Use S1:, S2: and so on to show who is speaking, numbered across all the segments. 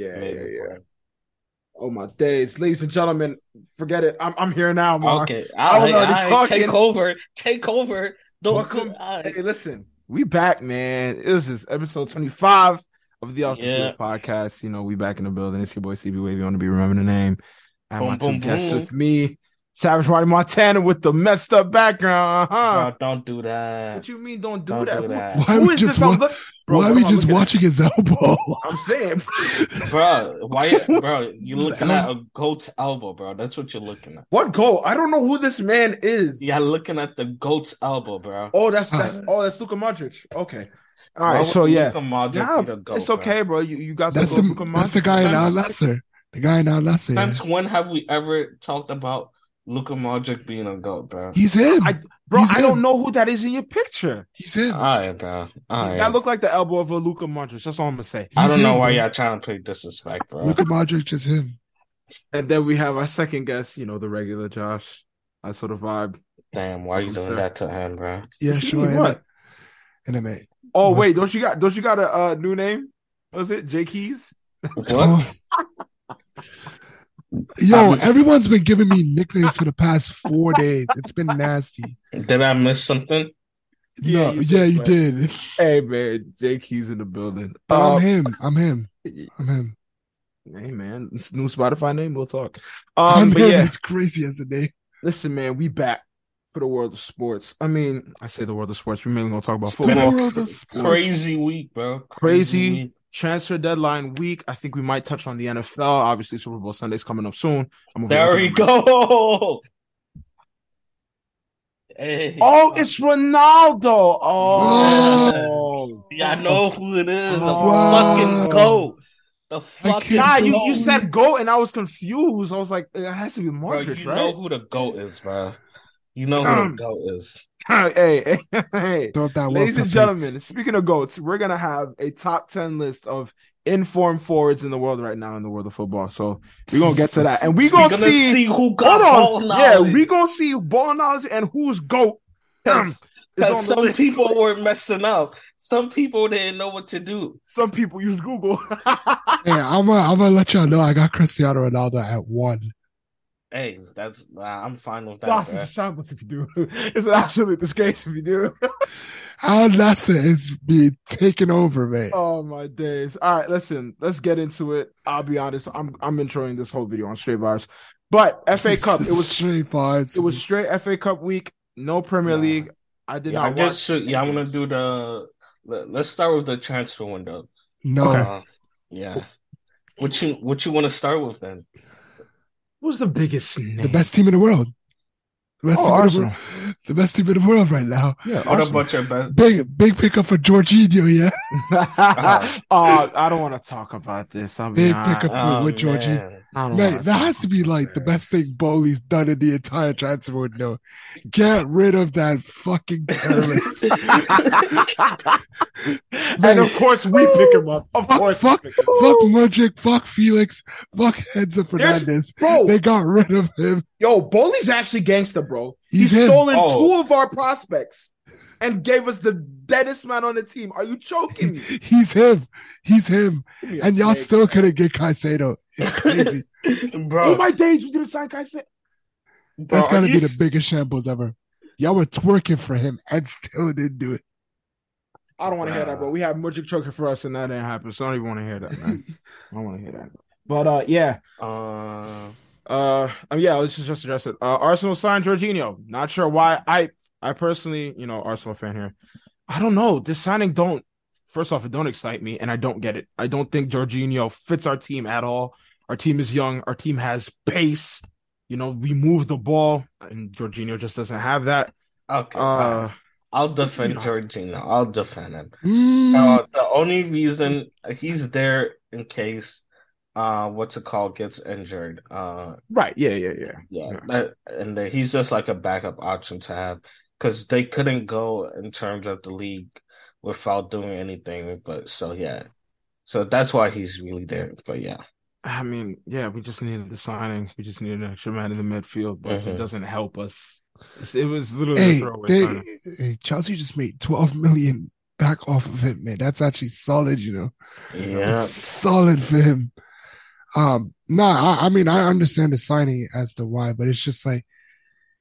S1: Yeah, yeah,
S2: Amazing
S1: yeah.
S2: plan.
S1: Oh my days, ladies and gentlemen, forget it. I'm I'm here now, Mark.
S2: Okay,
S1: I was
S2: I,
S1: already
S2: take
S1: talking.
S2: over, take over. Don't
S1: Welcome-
S2: I-
S1: Hey, listen, we back, man. This is episode 25 of the Off the
S2: Yeah.
S1: Field podcast. You know, we back in the building. It's your boy CB Wavy. You want to be remembering the name. I have
S2: Boom,
S1: my two
S2: boom,
S1: guests
S2: boom.
S1: with me. Savage Marty Montana with the messed up background. Uh-huh.
S2: No, don't do that.
S1: What you mean? Don't do
S2: Don't
S1: that.
S2: do
S1: Who-
S2: that.
S1: who
S3: Why we
S1: is
S3: just
S1: this? I'm
S3: wa-
S1: look- Bro,
S3: Why
S1: what
S3: are we
S1: am I
S3: just
S1: looking at?
S3: watching his elbow?
S1: I'm saying,
S2: bro. Why, bro? You
S3: This
S2: looking at a goat's elbow, bro? That's what you're looking at.
S1: what goal? I don't know who this man is.
S2: You're looking at the goat's elbow, bro.
S1: Oh, that's that's
S3: Uh,
S1: oh, that's Luka Modric. Okay. All
S2: Why
S1: right.
S2: would
S1: So yeah,
S2: Luka Modric
S1: Nah,
S2: be the goat,
S1: it's
S2: bro?
S1: okay, bro. You you got
S3: That's
S1: the goal,
S3: the
S1: Luka
S3: that's the
S1: Modric.
S3: guy in
S2: That's-
S3: Al Nasser. The guy in Al Nasser. yeah.
S2: Since when have we ever talked about Luka Modric being a goat, bro?
S3: He's him.
S1: I- Bro,
S3: He's
S1: I don't
S3: him.
S1: know who that is in your picture.
S3: He's him.
S2: All right, bro. All right.
S1: That looked like the elbow of a Luka Modric. That's all I'm gonna say.
S2: I
S3: He's
S2: don't know
S3: him,
S2: why
S3: bro.
S2: y'all trying to play disrespect, bro.
S3: Luka Modric is him.
S1: And then we have our second guest, you know, the regular Josh. I sort of vibe.
S2: Damn, why you
S1: I'm
S2: doing
S1: sure.
S2: that to him, bro?
S3: Yeah,
S1: What do you
S3: sure.
S1: mean,
S3: In
S1: what?
S3: a, in a minute.
S1: Oh
S3: What's-
S1: wait, don't you got don't you got a uh, new name? Was it Jay Keys?
S2: What?
S3: Yo, everyone's been giving me nicknames for the past four days. It's been nasty.
S2: Did I miss something?
S1: Yeah,
S3: no,
S1: you
S3: yeah,
S1: did,
S3: you
S1: but-
S3: did.
S1: Hey man, Jay Keys in the building.
S3: But
S1: Uh, um,
S3: I'm him. I'm him.
S1: hey
S3: I'm him.
S1: man, it's new Spotify name. We'll talk.
S3: I'm
S1: Um, but
S3: him.
S1: yeah,
S3: It's crazy as a day.
S1: listen, man, we back for the world of sports. I mean, I say the world of sports. We're mainly gonna talk about
S2: It's been a
S1: football.
S3: World of sports.
S2: Crazy week, bro.
S1: Crazy.
S2: week.
S1: Transfer deadline week. I think we might touch on the NFL. Obviously, Super Bowl Sunday's coming up soon. I'm moving
S2: There
S1: on to
S2: we
S1: the-
S2: go. Hey.
S1: Oh, it's Ronaldo. Oh,
S2: Yeah, I know who it is. The
S1: Wow.
S2: fucking goat. The fucking
S3: can't
S1: Nah, you,
S2: goat.
S1: you said goat, and I was confused. I was like, it has to be
S2: bro,
S1: Modric,
S2: you know
S1: right? Um,
S2: who the goat is, bro. You know who the goat is.
S1: hey, hey, hey.
S3: Throw out that World
S1: Ladies
S3: Cup
S1: and
S3: pick.
S1: gentlemen, speaking of goats, we're gonna have a top ten list of informed forwards in the world right now in the world of football. So we're gonna get to that, and we
S2: We're
S1: gonna,
S2: gonna
S1: see.
S2: see who got
S1: Hold
S2: ball
S1: on, yeah,
S2: knowledge.
S1: we gonna see ball knowledge and who's goat.
S2: Because
S1: is on the
S2: some
S1: list.
S2: people were messing up. Some people didn't know what to do.
S1: Some people use Google.
S3: Hey, I'm gonna I'm gonna let y'all know I got Cristiano Ronaldo at one.
S2: Hey, that's nah, I'm fine with that,
S1: Gosh,
S2: bro.
S1: it's a shambles if you do. It's an absolute disgrace if you do.
S3: Al Nasser is being taken over, man.
S1: Oh my days. All right, listen, let's get into it. I'll be honest. I'm I'm enjoying this whole video on straight bars. But FA Cup, it was
S3: straight bars.
S1: it was straight FA Cup week, no Premier
S2: Nah.
S1: League. I did
S2: yeah,
S1: not
S2: I guess
S1: watch
S2: should- yeah, I'm gonna do the let, let's start with the transfer window.
S3: no.
S1: Okay.
S2: Uh, yeah. What you what you want to start with then?
S1: who's the biggest name?
S3: The best team in the world. The best,
S1: Oh,
S3: team in the,
S1: Arsenal.
S3: world. the best team in the world right now.
S1: Yeah,
S2: What
S1: Arsenal.
S2: about your best?
S3: Big big pickup for Jorginho, yeah.
S2: Uh-huh.
S1: oh, I don't want to talk about this. I'll be
S3: Big
S1: honest.
S3: pickup.
S2: Oh,
S3: with Georgie.
S2: man.
S1: I don't
S3: Man,
S1: wanna
S3: that
S1: talk
S3: has to be
S1: about
S3: like the
S1: this.
S3: best thing Bowley's done in the entire transfer window. Get rid of that fucking terrorist.
S1: and of course we pick him up. Of
S3: Fuck,
S1: course, we
S3: fuck,
S1: pick him up.
S3: fuck Mudrick, fuck Felix, fuck Enzo Fernandez.
S1: bro.
S3: They got rid of him.
S1: Yo, Bowley's actually gangster, bro. He's
S3: He's him.
S1: stolen
S2: Oh.
S1: two of our prospects and gave us the deadest man on the team. Are you choking me?
S3: He's him. He's him.
S1: Give me a
S3: And y'all
S1: break.
S3: still couldn't get Caicedo. It's crazy.
S2: bro,
S1: Oh my days, we didn't sign Kaiser.
S2: bro,
S3: That's
S2: are
S3: gotta
S2: you
S3: be the
S2: s-
S3: biggest shambles ever. Y'all were twerking for him and still didn't do it.
S1: I don't want to hear that,
S2: Nah.
S1: bro. We have Mudrick choking for us, and that didn't happen. So I don't even want to hear that, man. I don't want to hear that. But uh, yeah,
S2: Uh,
S1: Uh, um, yeah, let's just, just address it. Uh, Arsenal signed Jorginho. Not sure why. I, I personally, you know, Arsenal fan here. I don't know. This signing don't. First off, it don't excite me, and I don't get it. I don't think Jorginho fits our team at all. Our team is young. Our team has pace. You know, we move the ball, and Jorginho just doesn't have that.
S2: okay,
S1: Uh,
S2: I'll
S1: you
S2: defend
S1: know.
S2: Jorginho. I'll defend him.
S3: Mm,
S2: Uh, the only reason he's there in case uh what's it called gets injured. Uh
S1: right? Yeah, yeah, yeah.
S2: yeah,
S1: Yeah.
S2: that, and then he's just like a backup option to have because they couldn't go in terms of the league without doing anything. But so yeah, so that's why he's really there. But yeah,
S1: I mean, yeah, we just needed the signing. We just needed an extra man in the midfield, but it
S2: Mhm.
S1: doesn't help us. It's- It was literally a
S3: hey,
S1: throwaway
S3: they,
S1: signing.
S3: hey, Chelsea just made 12 million back off of him, man. That's actually solid, you know.
S2: yeah,
S3: It's solid for him. Um, nah, I, I mean, I understand the signing as to why, but it's just like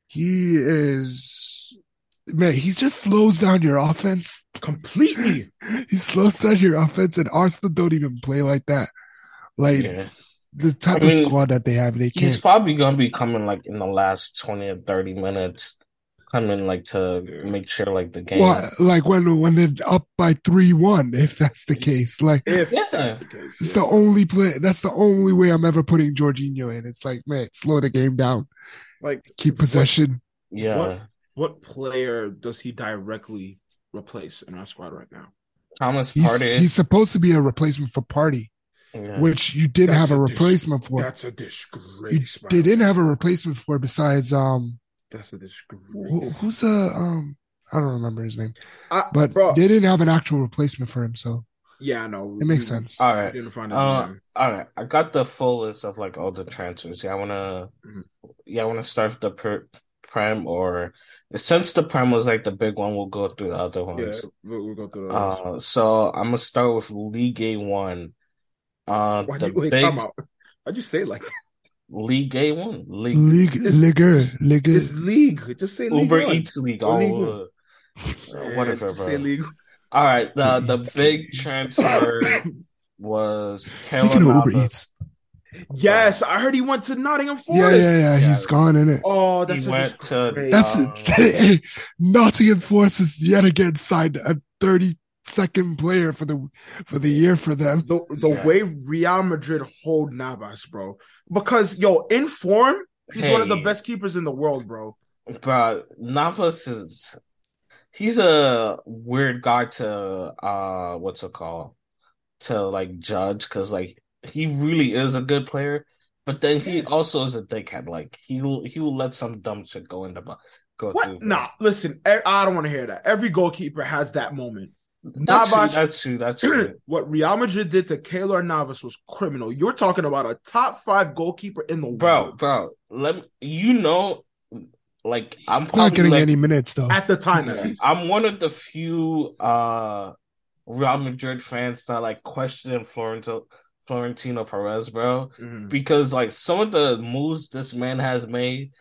S3: he is, man, he just slows down your offense.
S1: completely.
S3: He slows down your offense, and Arsenal don't even play like that. Like
S2: Yeah.
S3: the type
S2: I mean,
S3: of squad that they have, they
S2: He's
S3: can't.
S2: probably gonna be coming like in the last twenty or thirty minutes, coming like to make sure like the game.
S3: Well, like when when they're up by three one, if that's the case, like
S1: If
S2: Yeah.
S1: that's the case,
S3: It's
S1: yeah.
S3: the only play. That's the only way I'm ever putting Jorginho in. It's like, man, slow the game down,
S1: like
S3: keep possession.
S2: Yeah,
S1: What? what player does he directly replace in our squad right now?
S2: Thomas
S3: He's
S2: Partey.
S3: he's supposed to be a replacement for Party,
S2: yeah.
S3: which you didn't
S1: That's
S3: have a
S1: a dis-
S3: replacement for.
S1: That's a
S3: You
S1: disgrace.
S3: they didn't have a replacement for besides um,
S1: That's a disgrace.
S3: who, who's the um, I don't remember his name,
S1: I-
S3: but
S1: bro,
S3: they didn't have an actual replacement for him, so
S1: yeah, I know.
S3: it makes sense.
S2: All
S1: Mm. I
S2: right,
S1: didn't find it.
S2: uh, all right. I got the full list of like all the transfers. Yeah, I wanna,
S1: Mhm.
S2: yeah, I wanna start with the per- prem or since the prem was like the big one, we'll go through the other
S1: yeah,
S2: ones.
S1: we'll, we'll go through those.
S2: Uh, so I'm gonna start with League A one. Uh,
S1: Why'd
S2: the
S1: you wait,
S2: big
S1: come out? Why'd you say it like that?
S2: League A one, League
S3: League,
S1: It's-
S3: Ligger, Ligger.
S1: It's league. Just say league.
S2: Uber
S1: one.
S2: Eats League,
S1: Or
S2: all
S1: League
S2: over. Uh,
S1: Man,
S2: whatever,
S1: just
S2: bro.
S1: Say league.
S2: All right, the
S3: Uber
S2: the
S3: Eats
S2: big
S3: League.
S2: transfer was
S3: Speaking
S2: Kellen
S3: of Uber
S2: Alba.
S3: Eats,
S1: Yes, I heard he went to Nottingham
S3: yeah,
S1: Forest.
S3: yeah, yeah,
S2: Yes.
S3: he's gone in it.
S1: Oh, that's
S2: He
S1: a
S2: went to-
S1: disgrace.
S3: That's
S2: Um,
S3: hey, Nottingham Forest has yet again signed a 30 second player for the for the year for them.
S1: the the
S2: Yeah.
S1: way Real Madrid hold Navas, bro. Because yo, in form, he's one of the
S2: Hey.
S1: best keepers in the world, bro.
S2: Bro, Navas is he's a weird guy to uh what's it called? To like judge because like he really is a good player, but then he also is a dickhead. Like he will he will let some dumb shit go in the bu- go through.
S1: What?
S2: bro.
S1: Nah, listen, I, I don't want to hear that. Every goalkeeper has that moment.
S2: That's true,
S1: Navas-
S2: that's true, that's true.
S1: what Real Madrid did to Keylor Navas was criminal. You're talking about a top five goalkeeper in the
S2: Bro,
S1: world
S2: bro, let me, you know, like I'm
S3: Not
S2: probably
S3: getting
S2: like,
S3: any minutes though.
S1: at the time.
S2: Yeah,
S1: At least.
S2: I'm one of the few uh Real Madrid fans that like questioning Florentino Florentino Perez, bro,
S1: Mhm.
S2: because like some of the moves this man has made,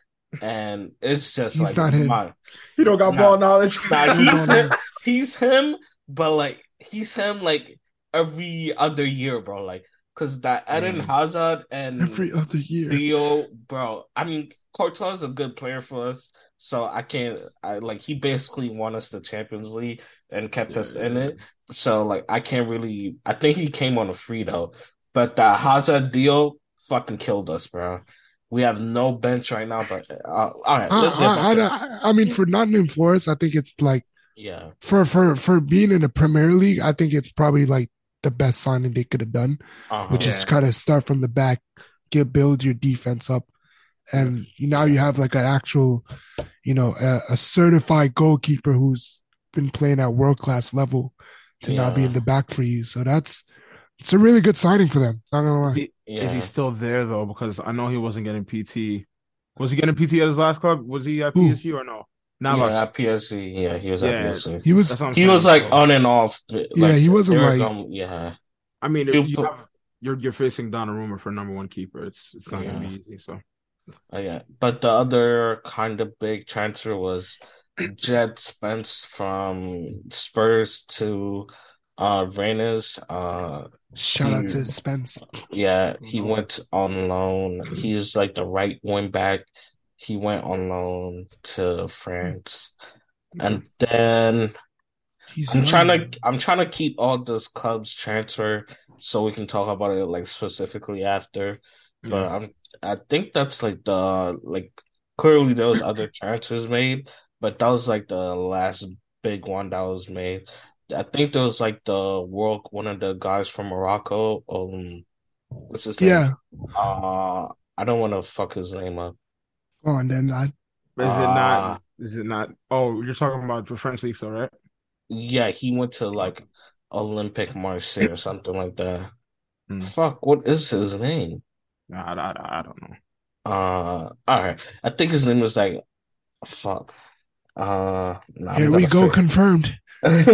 S2: and it's just
S3: He's
S2: like
S3: not him.
S2: my-
S1: He don't got
S2: Nah.
S1: ball knowledge.
S2: Nah, he's
S3: No, no,
S2: him,
S3: no.
S2: he's him, but like he's him like every other year, bro. Like, cause that Eden
S1: Mhm.
S2: Hazard and
S3: Every other year.
S2: Theo, bro. I mean, Courtois is a good player for us, so I can't. I like he basically won us the Champions League and kept us in it. So like, I can't really. I think he came on a free though, but the Hazard deal fucking killed us, bro. We have no bench right now, but uh, all right,
S3: I,
S2: let's get
S3: I,
S2: back to-
S3: I, I mean for Nottingham Forest, I think it's like
S2: yeah,
S3: for for for being in the Premier League, I think it's probably like the best signing they could have done,
S2: uh-huh.
S3: which is
S1: Yeah.
S3: kind of start from the back, get build your defense up, and now you have like an actual, you know, a, a certified goalkeeper who's been playing at world class level to not be in the back for you. So that's it's a really good signing for them. Not gonna lie.
S2: yeah.
S1: Is
S2: yeah.
S1: he still there though? Because I know he wasn't getting PT. Was he getting PT at his last club? Was he at
S3: Who?
S1: PSG or no? Navas.
S2: Yeah, at PSC. Yeah, he was at
S1: Yeah.
S2: PSC.
S3: He was
S1: That's what I'm
S2: He
S1: saying.
S2: was like
S1: So,
S2: on and off.
S3: yeah, he wasn't
S2: they were
S3: like
S2: gonna- yeah.
S1: I mean,
S2: you
S1: if you
S2: put-
S1: have you're you're facing Donnarumma for number one keeper. It's it's not gonna
S2: Yeah.
S1: be easy. So
S2: Oh, yeah, but the other kind of big transfer was Jed Spence from Spurs to uh Reyes. Uh,
S3: shout out to Spence.
S2: yeah, he went on loan. He's like the right wing back. He went on loan to France,
S1: Mm-hmm.
S2: and then
S3: He's
S2: I'm
S3: young.
S2: trying to I'm trying to keep all those clubs transfer so we can talk about it like specifically after. But
S1: yeah.
S2: I'm I think that's like the like clearly there was other transfers made, but that was like the last big one that was made. I think there was like the world one of the guys from Morocco. Um, what's his name?
S3: Yeah.
S2: Uh, I don't want to fuck his name up.
S3: Go on then. lad.
S2: uh,
S1: But is it not? Is it not? Oh, you're talking about the French league, still, right?
S2: Yeah, he went to like Olympic Marseille or something like that.
S1: Hmm.
S2: Fuck, what is his name?
S1: Nah, I, I, I don't know.
S2: Uh, all right. I think his name was like fuck. Uh, nah, I'm
S3: Here we
S2: gonna
S3: go.
S2: say-
S3: Confirmed.
S2: I'm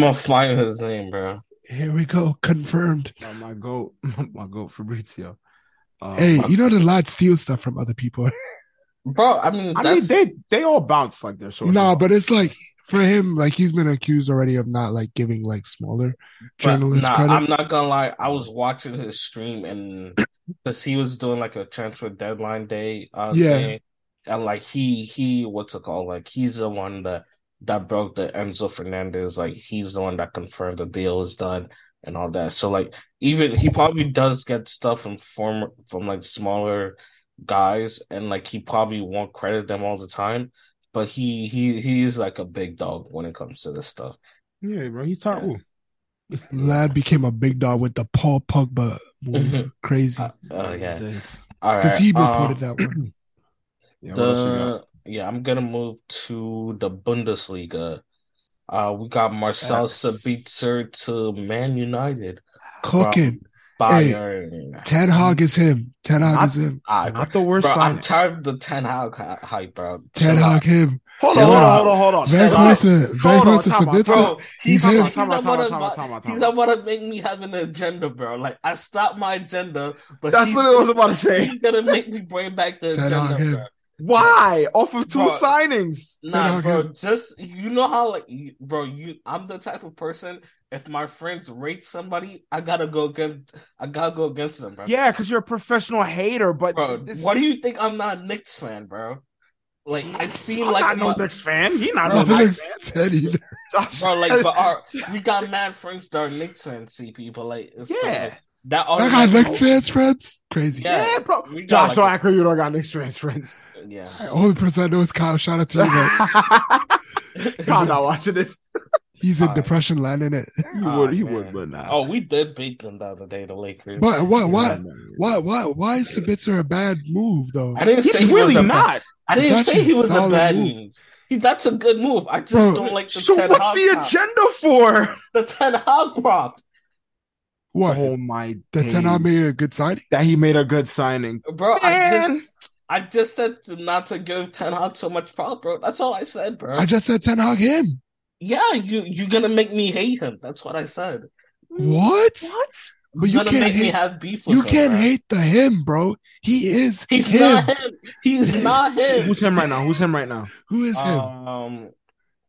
S2: gonna find his name, bro.
S3: Here we go, confirmed.
S1: Uh, my goat, my goat Fabrizio. Uh,
S3: hey,
S1: my-
S3: you know the lad steals stuff from other people.
S2: Bro, I mean,
S1: I mean
S2: that's-
S1: they they all bounce like they're sort.
S3: No, but it's like for him, like he's been accused already of not like giving like smaller
S2: But
S3: journalist
S2: nah,
S3: credit.
S2: I'm not gonna lie. I was watching his stream and because he was doing like a transfer deadline day, uh,
S3: Yeah.
S2: thing, and like he he what's it called? Like he's the one that that broke the Enzo Fernandez. Like he's the one that confirmed the deal is done and all that. So like even he probably does get stuff from former from like smaller guys, and like he probably won't credit them all the time. But he he he is like a big dog when it comes to this stuff.
S1: Yeah, bro, he's top.
S2: Yeah.
S1: ooh.
S3: Lad became a big dog with the Paul Pogba
S1: Mm-hmm.
S3: move. Crazy.
S2: Uh, uh, yeah.
S1: Thanks.
S2: All
S3: Because
S2: right,
S3: he
S2: um,
S3: reported that one.
S1: Yeah, what else you got?
S2: the- yeah, I'm gonna move to the Bundesliga. Uh, we got Marcel
S1: Yes.
S2: Sabitzer to Man United,
S3: Cooking.
S2: Bayern.
S3: Ten Hog is him. Ten Hog
S2: Not-
S3: is him.
S2: Ah, bro,
S1: Not the worst
S2: bro, I'm
S1: signing.
S2: tired of the Ten Hag hy- hype, bro.
S3: Ten
S2: Chill
S3: Hog
S2: out.
S3: him.
S1: hold
S2: Chill
S1: on, hold
S2: out.
S1: on, hold on, hold on.
S3: Van
S2: Chill out.
S3: Hoysen. Van
S1: Hold on,
S3: Hoysen
S1: time
S3: to
S1: out,
S3: Bitsa.
S2: Bro, he's
S3: He's him.
S2: he's
S1: Time out,
S2: not
S1: time out,
S2: one
S1: time out, time
S2: of
S1: out,
S2: he's
S1: time
S2: not
S1: out.
S2: one to make me have an agenda, bro. Like I stopped my agenda, but
S1: That's
S2: he's,
S1: what I was about to say.
S2: he's gonna make me bring back the
S3: Ten Hag
S2: agenda,
S3: him.
S2: bro.
S1: Why? Off of two
S2: Bro.
S1: signings.
S2: Nah,
S3: Hag
S2: bro,
S3: him.
S2: just you know how like you, bro, you I'm the type of person if my friends rate somebody, I gotta go against I gotta go against them, bro.
S1: Yeah, because you're a professional hater, but
S2: Bro,
S1: this-
S2: why do you think I'm not a Knicks fan, bro? Like I seem like
S1: I'm
S2: my-
S1: not no Knicks fan. He not no
S3: Not
S1: Knicks
S3: next
S1: fan.
S3: Teddy.
S1: Josh-
S2: bro, like but our, we got mad friends that are Knicks fans, CP, but like it's so,
S1: yeah,
S2: like, that
S3: I got next fans, friends. Crazy.
S2: Yeah.
S1: yeah, bro.
S2: We got,
S1: Josh,
S2: like,
S1: I you don't got Knicks fans, friends.
S2: Oh, yeah.
S3: Only person I know is Kyle. Shout out to you, man.
S1: Kyle not watching this.
S3: He's in
S2: All right.
S3: depression land in it.
S1: He
S2: Aw,
S1: would, he
S2: man.
S1: would, but nah.
S2: Oh, we did beat them the other day, the Lakers.
S3: But what,
S1: Yeah,
S3: what,
S1: man.
S3: what, what, why is Sabitzer a bad move though?
S2: I didn't
S1: He's
S2: say he was
S1: really
S2: a bad-
S1: not.
S2: I
S3: It's
S2: didn't say
S3: actually
S2: he was a
S3: solid
S2: bad
S3: move.
S2: move. He, that's a good move. I just
S3: Bro,
S2: don't like the
S1: So
S2: Ten
S1: what's
S2: Hag
S1: the
S2: prop.
S1: agenda for?
S2: The Ten Hag prop,
S3: What?
S1: Oh my
S3: that
S1: days.
S3: ten I made a good signing.
S1: that he made a good signing.
S2: bro. I just
S1: Man,
S2: I just said to not to give Ten Hag so much prop, bro. That's all I said, bro.
S3: I just said ten hog him.
S2: yeah, you you're gonna make me hate him. That's what I said.
S3: What?
S1: what?
S3: But you
S2: You're gonna
S3: can't
S2: make me
S3: hate.
S2: have beef with
S3: You
S2: him,
S3: can't
S2: bro.
S3: hate the him, bro. He is
S2: He's
S3: him.
S2: not him. He's not him.
S1: Who's him right now? Who's him right now?
S3: Who is him?
S2: Um,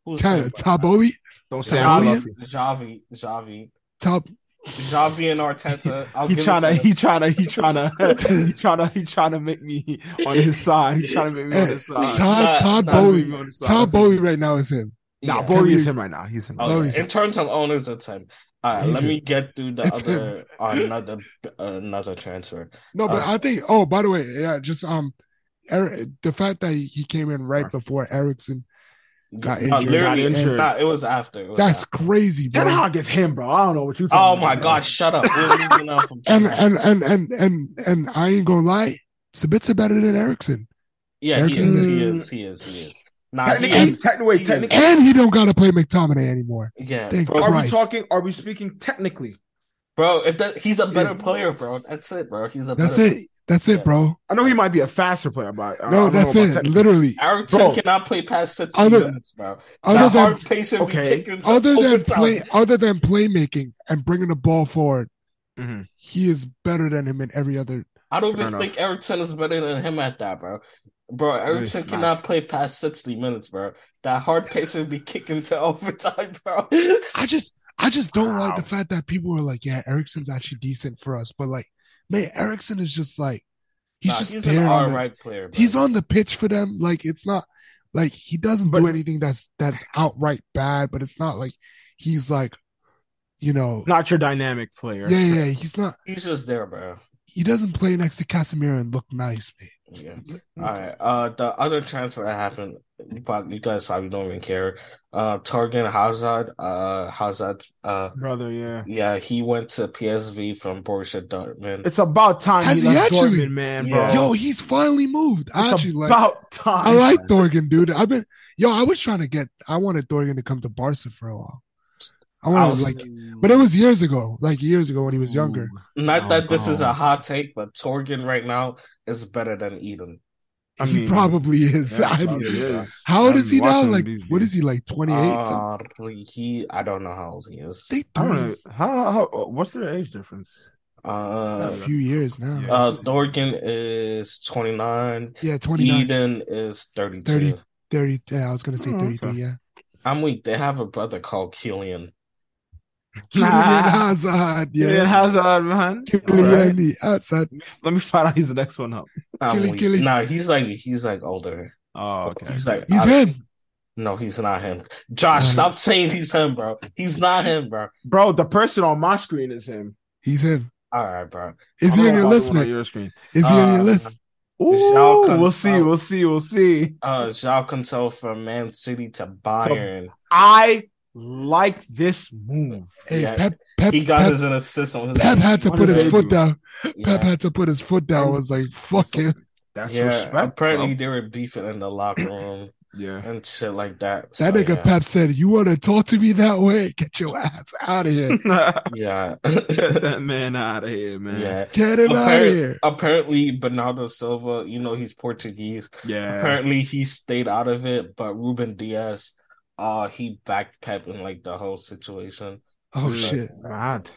S2: who's
S3: Ten
S2: him, bro?
S3: Tabobi,
S1: Don't say
S3: Javi?
S1: Ancelotti.
S2: Javi, Javi, Javi,
S3: Tab.
S2: Javi, and Arteta. I'll
S1: He
S2: give it
S1: tryna,
S2: to
S1: he tryna, he tryna, he tryna, he tryna make me on his side. He tryna make me on his
S3: Todd
S1: side.
S2: Nah,
S3: Todd
S2: nah,
S1: Tryna make
S3: Bowie.
S1: me on his side.
S3: Todd Bowie right now is him.
S1: Nah,
S2: Yeah.
S1: Bowie is
S3: Can
S1: him right now. He's him.
S2: Oh,
S3: No,
S2: yeah.
S3: he's-
S2: in terms of owners, it's him. All right,
S3: He's
S2: let
S3: him.
S2: me get through the
S3: It's
S2: other uh, another another transfer.
S3: No, but
S2: Uh,
S3: I think. Oh, by the way, yeah, just um, Eric, the fact that he came in right before Erickson.
S2: No,
S3: Got injured.
S2: Uh, literally,
S1: Got injured.
S2: nah, it was after. It was
S3: That's
S2: after.
S3: crazy,
S1: Ten
S3: bro.
S1: Hag is him, bro. I don't know what you.
S2: Oh
S1: talking
S2: my
S1: about.
S2: gosh! Shut up. We're moving on from
S3: And
S2: Chelsea.
S3: and and and and and I ain't gonna lie, Sabitzer better than Erickson,
S2: yeah, he is,
S3: Erickson
S2: he
S1: is-
S2: is. He is. He is. Nah, he
S1: Technically,
S2: is.
S1: he's technically,
S2: He-
S1: technically.
S3: and he don't gotta play McTominay anymore.
S2: Yeah,
S3: Thank
S2: bro.
S1: Are we
S3: Christ.
S1: talking? Are we speaking technically?
S2: bro if that, he's a better
S3: Yeah.
S2: player, bro. That's it, bro. He's a
S3: That's
S2: better.
S3: it. That's it,
S2: Yeah.
S3: bro.
S1: I know he might be a faster player, but uh, I- I
S3: No,
S1: don't know
S3: that's
S1: about
S3: it.
S1: technically.
S3: Literally,
S2: Erickson
S1: Bro.
S2: cannot play past six
S3: Other-
S2: minutes, bro.
S3: other
S2: that
S3: than
S2: hard pace of
S1: okay.
S2: kicking to
S3: other than
S2: overtime.
S3: play, other than playmaking and bringing the ball forward,
S1: Mhm.
S3: he is better than him in every other.
S2: I don't
S1: Fair
S2: even
S1: enough.
S2: think Erickson is better than him at that, bro. Bro, Erickson
S1: he's not.
S2: cannot play past 60 minutes, bro. That hard pace would be kicking to overtime, bro.
S3: I just, I just don't like
S1: Wow.
S3: the fact that people are like, yeah, Erickson's actually decent for us, but like, man, Erickson is just like, he's
S2: Nah,
S3: just
S2: he's
S3: there.
S2: an
S3: on
S2: all
S3: the-
S2: right player, bro.
S3: he's on the pitch for them. Like it's not like he doesn't do
S1: But-
S3: anything that's that's outright bad, but it's not like he's like, you know,
S1: Not your dynamic player.
S3: yeah, yeah. He's not.
S2: He's just there, bro.
S3: He doesn't play next to Casemiro and look nice, man.
S2: Yeah. All right. Uh, the other transfer that happened, you probably, you guys probably don't even care. Uh, Target Hazard. Uh, Hazard. Uh,
S1: brother. Yeah,
S2: yeah, he went to PSV from Borussia Dortmund.
S1: it's about time
S3: Has
S1: he
S3: he
S1: left
S3: actually-
S1: Dortmund, man, bro.
S2: Yeah.
S3: Yo, he's finally moved. I
S1: it's
S3: actually like.
S1: about time.
S3: I like Dorgan, dude. I've been yo. I was trying to get. I wanted Dorgan to come to Barca for a while. I
S2: I
S3: wanted
S2: was-
S3: like, but it was years ago. Like years ago when he was younger.
S1: Ooh.
S2: Not
S1: Oh,
S2: that this is
S1: no.
S2: a hot take, but Torgan right now is better than Eden.
S1: I
S3: he
S1: mean,
S3: probably is.
S1: Yeah,
S3: I
S1: probably
S3: mean,
S1: is.
S3: how old
S1: I'm
S3: is he now?
S1: watching
S3: Like,
S1: these
S3: what
S1: days.
S3: is he like? Twenty eight? something?
S2: Uh, he, I don't know how old he is.
S3: they
S1: I don't know.
S3: thirty
S1: How, how, what's their age difference?
S3: a
S2: Uh,
S3: few years now.
S1: Yeah.
S2: uh, Dorgan is 29.
S3: yeah, twenty nine.
S2: Eden is 32.
S3: 30. Thirty. Yeah, I was gonna say
S1: Oh,
S3: thirty three.
S1: okay.
S3: Yeah.
S2: I mean, they have a brother called Killian.
S3: Kylian Hazard.
S1: Kylian
S3: Yeah. uh,
S1: Hazard, man. Alright.
S3: Kylian Hazard.
S1: Let me find out he's the next one up.
S2: I'm
S3: Killy,
S2: weak.
S3: Killy.
S2: Nah, he's like he's like older.
S1: Oh, okay.
S2: He's like
S3: He's
S2: I-
S3: him.
S2: No, he's not him. Josh,
S3: Uh,
S2: stop saying he's him, bro. He's not him, bro.
S1: Bro, the person on my screen is him.
S3: He's him.
S2: All right, bro.
S3: Is
S1: I don't
S3: he
S1: know
S3: on your
S1: about the
S3: list,
S1: one on
S3: man?
S1: Your screen.
S3: Is he on your
S2: Uh,
S3: list?
S1: Ooh,
S2: Cancelo.
S1: we'll see. We'll see. We'll see.
S2: Uh, Jacques Cancel from Man City to Bayern.
S1: I like this move.
S3: Hey,
S2: yeah,
S3: Pep. Pep.
S2: he got
S3: Pep,
S2: his an assist on his.
S3: Pep had to
S1: What
S3: put
S1: did
S3: his
S1: they
S3: foot
S1: do?
S3: down.
S2: yeah,
S3: Pep had to put his foot down. Was like, fuck it.
S1: That's
S2: yeah.
S1: respect. bro.
S2: Apparently, they were beefing in the locker room
S1: yeah.
S2: and shit like that. So,
S3: That nigga Pep said, "You want to talk to me that way? Get your ass out of here.
S2: yeah,
S1: Get
S2: yeah,
S1: that man out of here, man. Yeah.
S2: yeah.
S3: Get him out of
S2: Apparent-
S3: here."
S2: Apparently, Bernardo Silva, you know, he's Portuguese. Apparently, he stayed out of it, but Ruben Diaz, uh, he backed Pep in like the whole situation.
S3: Oh
S2: Yeah.
S3: shit.
S1: Mad.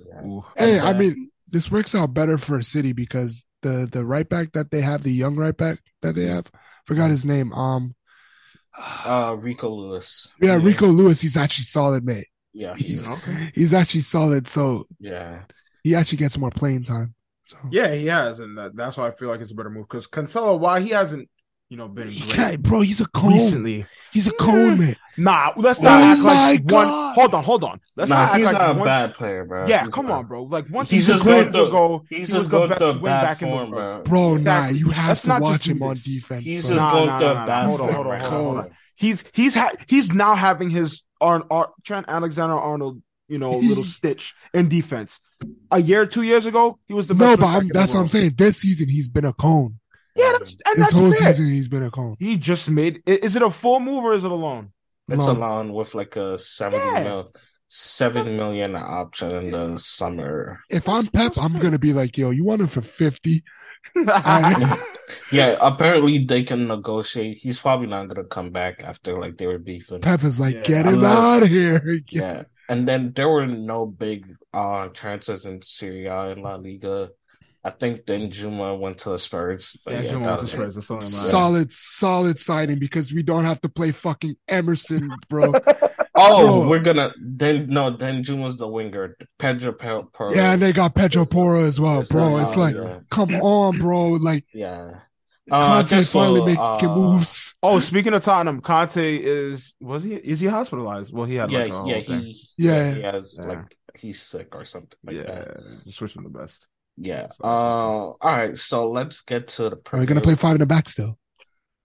S2: Yeah.
S1: Ooh.
S3: Hey, I
S2: Yeah.
S3: mean, this works out better for City because the the right back that they have, the young right back that they have, forgot his name. Um,
S2: Uh, Rico Lewis.
S3: yeah, Rico Lewis. He's actually solid, mate.
S2: Yeah, he
S3: He's
S2: is.
S1: Okay.
S3: he's actually solid, so
S2: yeah.
S3: he actually gets more playing time. So
S1: Yeah, he has, and that, that's why I feel like it's a better move. Because Cancelo, why he hasn't, you know, been
S3: he
S1: great
S3: can't, bro. He's a cone.
S1: recently.
S3: He's a cone, mate.
S1: Nah, let's
S2: Oh
S1: not act like
S3: my God.
S1: one. Hold on, hold on. Let's
S2: nah,
S1: not act
S2: he's
S1: like
S2: not a
S1: one.
S2: bad player, bro.
S1: yeah,
S2: He's
S1: come
S2: not.
S1: on, bro. Like one
S2: He's
S1: season
S2: just going through-
S1: ago,
S2: He's
S1: he
S2: just
S1: was the
S2: going through a
S1: best wing
S2: bad
S1: back in
S2: form,
S1: the world.
S2: bro.
S3: Bro, nah,
S1: Exactly.
S3: you have
S1: Let's
S3: to
S1: not just
S3: watch
S1: do
S3: him on
S1: this.
S3: defense,
S2: He's just
S3: bro.
S1: Nah,
S2: going
S1: nah,
S2: through
S1: nah,
S2: a
S1: nah.
S2: bad
S1: Hold on,
S2: form
S1: hold on,
S2: right
S1: hold on, hold
S2: now.
S1: on. He's he's ha- he's now having his Arn- Ar- Trent Alexander Arnold, you know, little stitch in defense. A year, two years ago, he was the
S3: no,
S1: best. wing
S3: but
S1: back
S3: I'm,
S1: in the
S3: that's what I'm
S1: world.
S3: saying. This season, he's been a cone.
S1: Yeah, that's and
S3: This
S1: that's
S3: whole
S1: fair.
S3: season, he's been a cone.
S1: He just made. i- Is it a full move or is it a loan?
S2: It's a
S3: Long.
S2: loan with like a seventy
S1: Yeah.
S2: mil, seven million option in the summer.
S3: If I'm Pep, I'm gonna be like, yo, you want him for fifty?
S2: Yeah, apparently they can negotiate. He's probably not gonna come back after like they were beefing.
S3: Pep is like,
S1: Yeah,
S3: get him
S2: unless-
S3: out of here. Yeah.
S2: Yeah. And then there were no big uh transfers in Serie A and La Liga. I think then Juma went to the Spurs. but
S1: yeah,
S2: yeah,
S1: Jim
S2: that
S1: went to
S2: was it.
S1: Spurs. That's all that matters.
S3: Solid, solid signing because we don't have to play fucking Emerson, bro.
S2: Oh,
S3: Bro.
S2: we're gonna then no, then Juma's the winger. Pedro Pe- Perez.
S3: yeah, and they got Pedro Poro as well, bro. It's
S2: Oh,
S3: like,
S2: yeah.
S3: come on, bro. Like
S2: yeah. Uh,
S3: Conte
S2: just
S3: finally
S2: for,
S3: making
S2: uh,
S3: moves.
S1: Oh, speaking of Tottenham, Conte is was he is he hospitalized? Well, he had
S2: Yeah,
S1: like a whole
S2: yeah,
S1: thing.
S2: he
S3: Yeah.
S2: he has
S1: Yeah.
S2: like he's sick or something like
S1: yeah,
S2: that.
S1: just wish him the best.
S2: Yeah.
S1: So,
S2: Uh, all right. So let's get to the.
S3: Are we gonna
S2: preview.
S3: play five in the back still?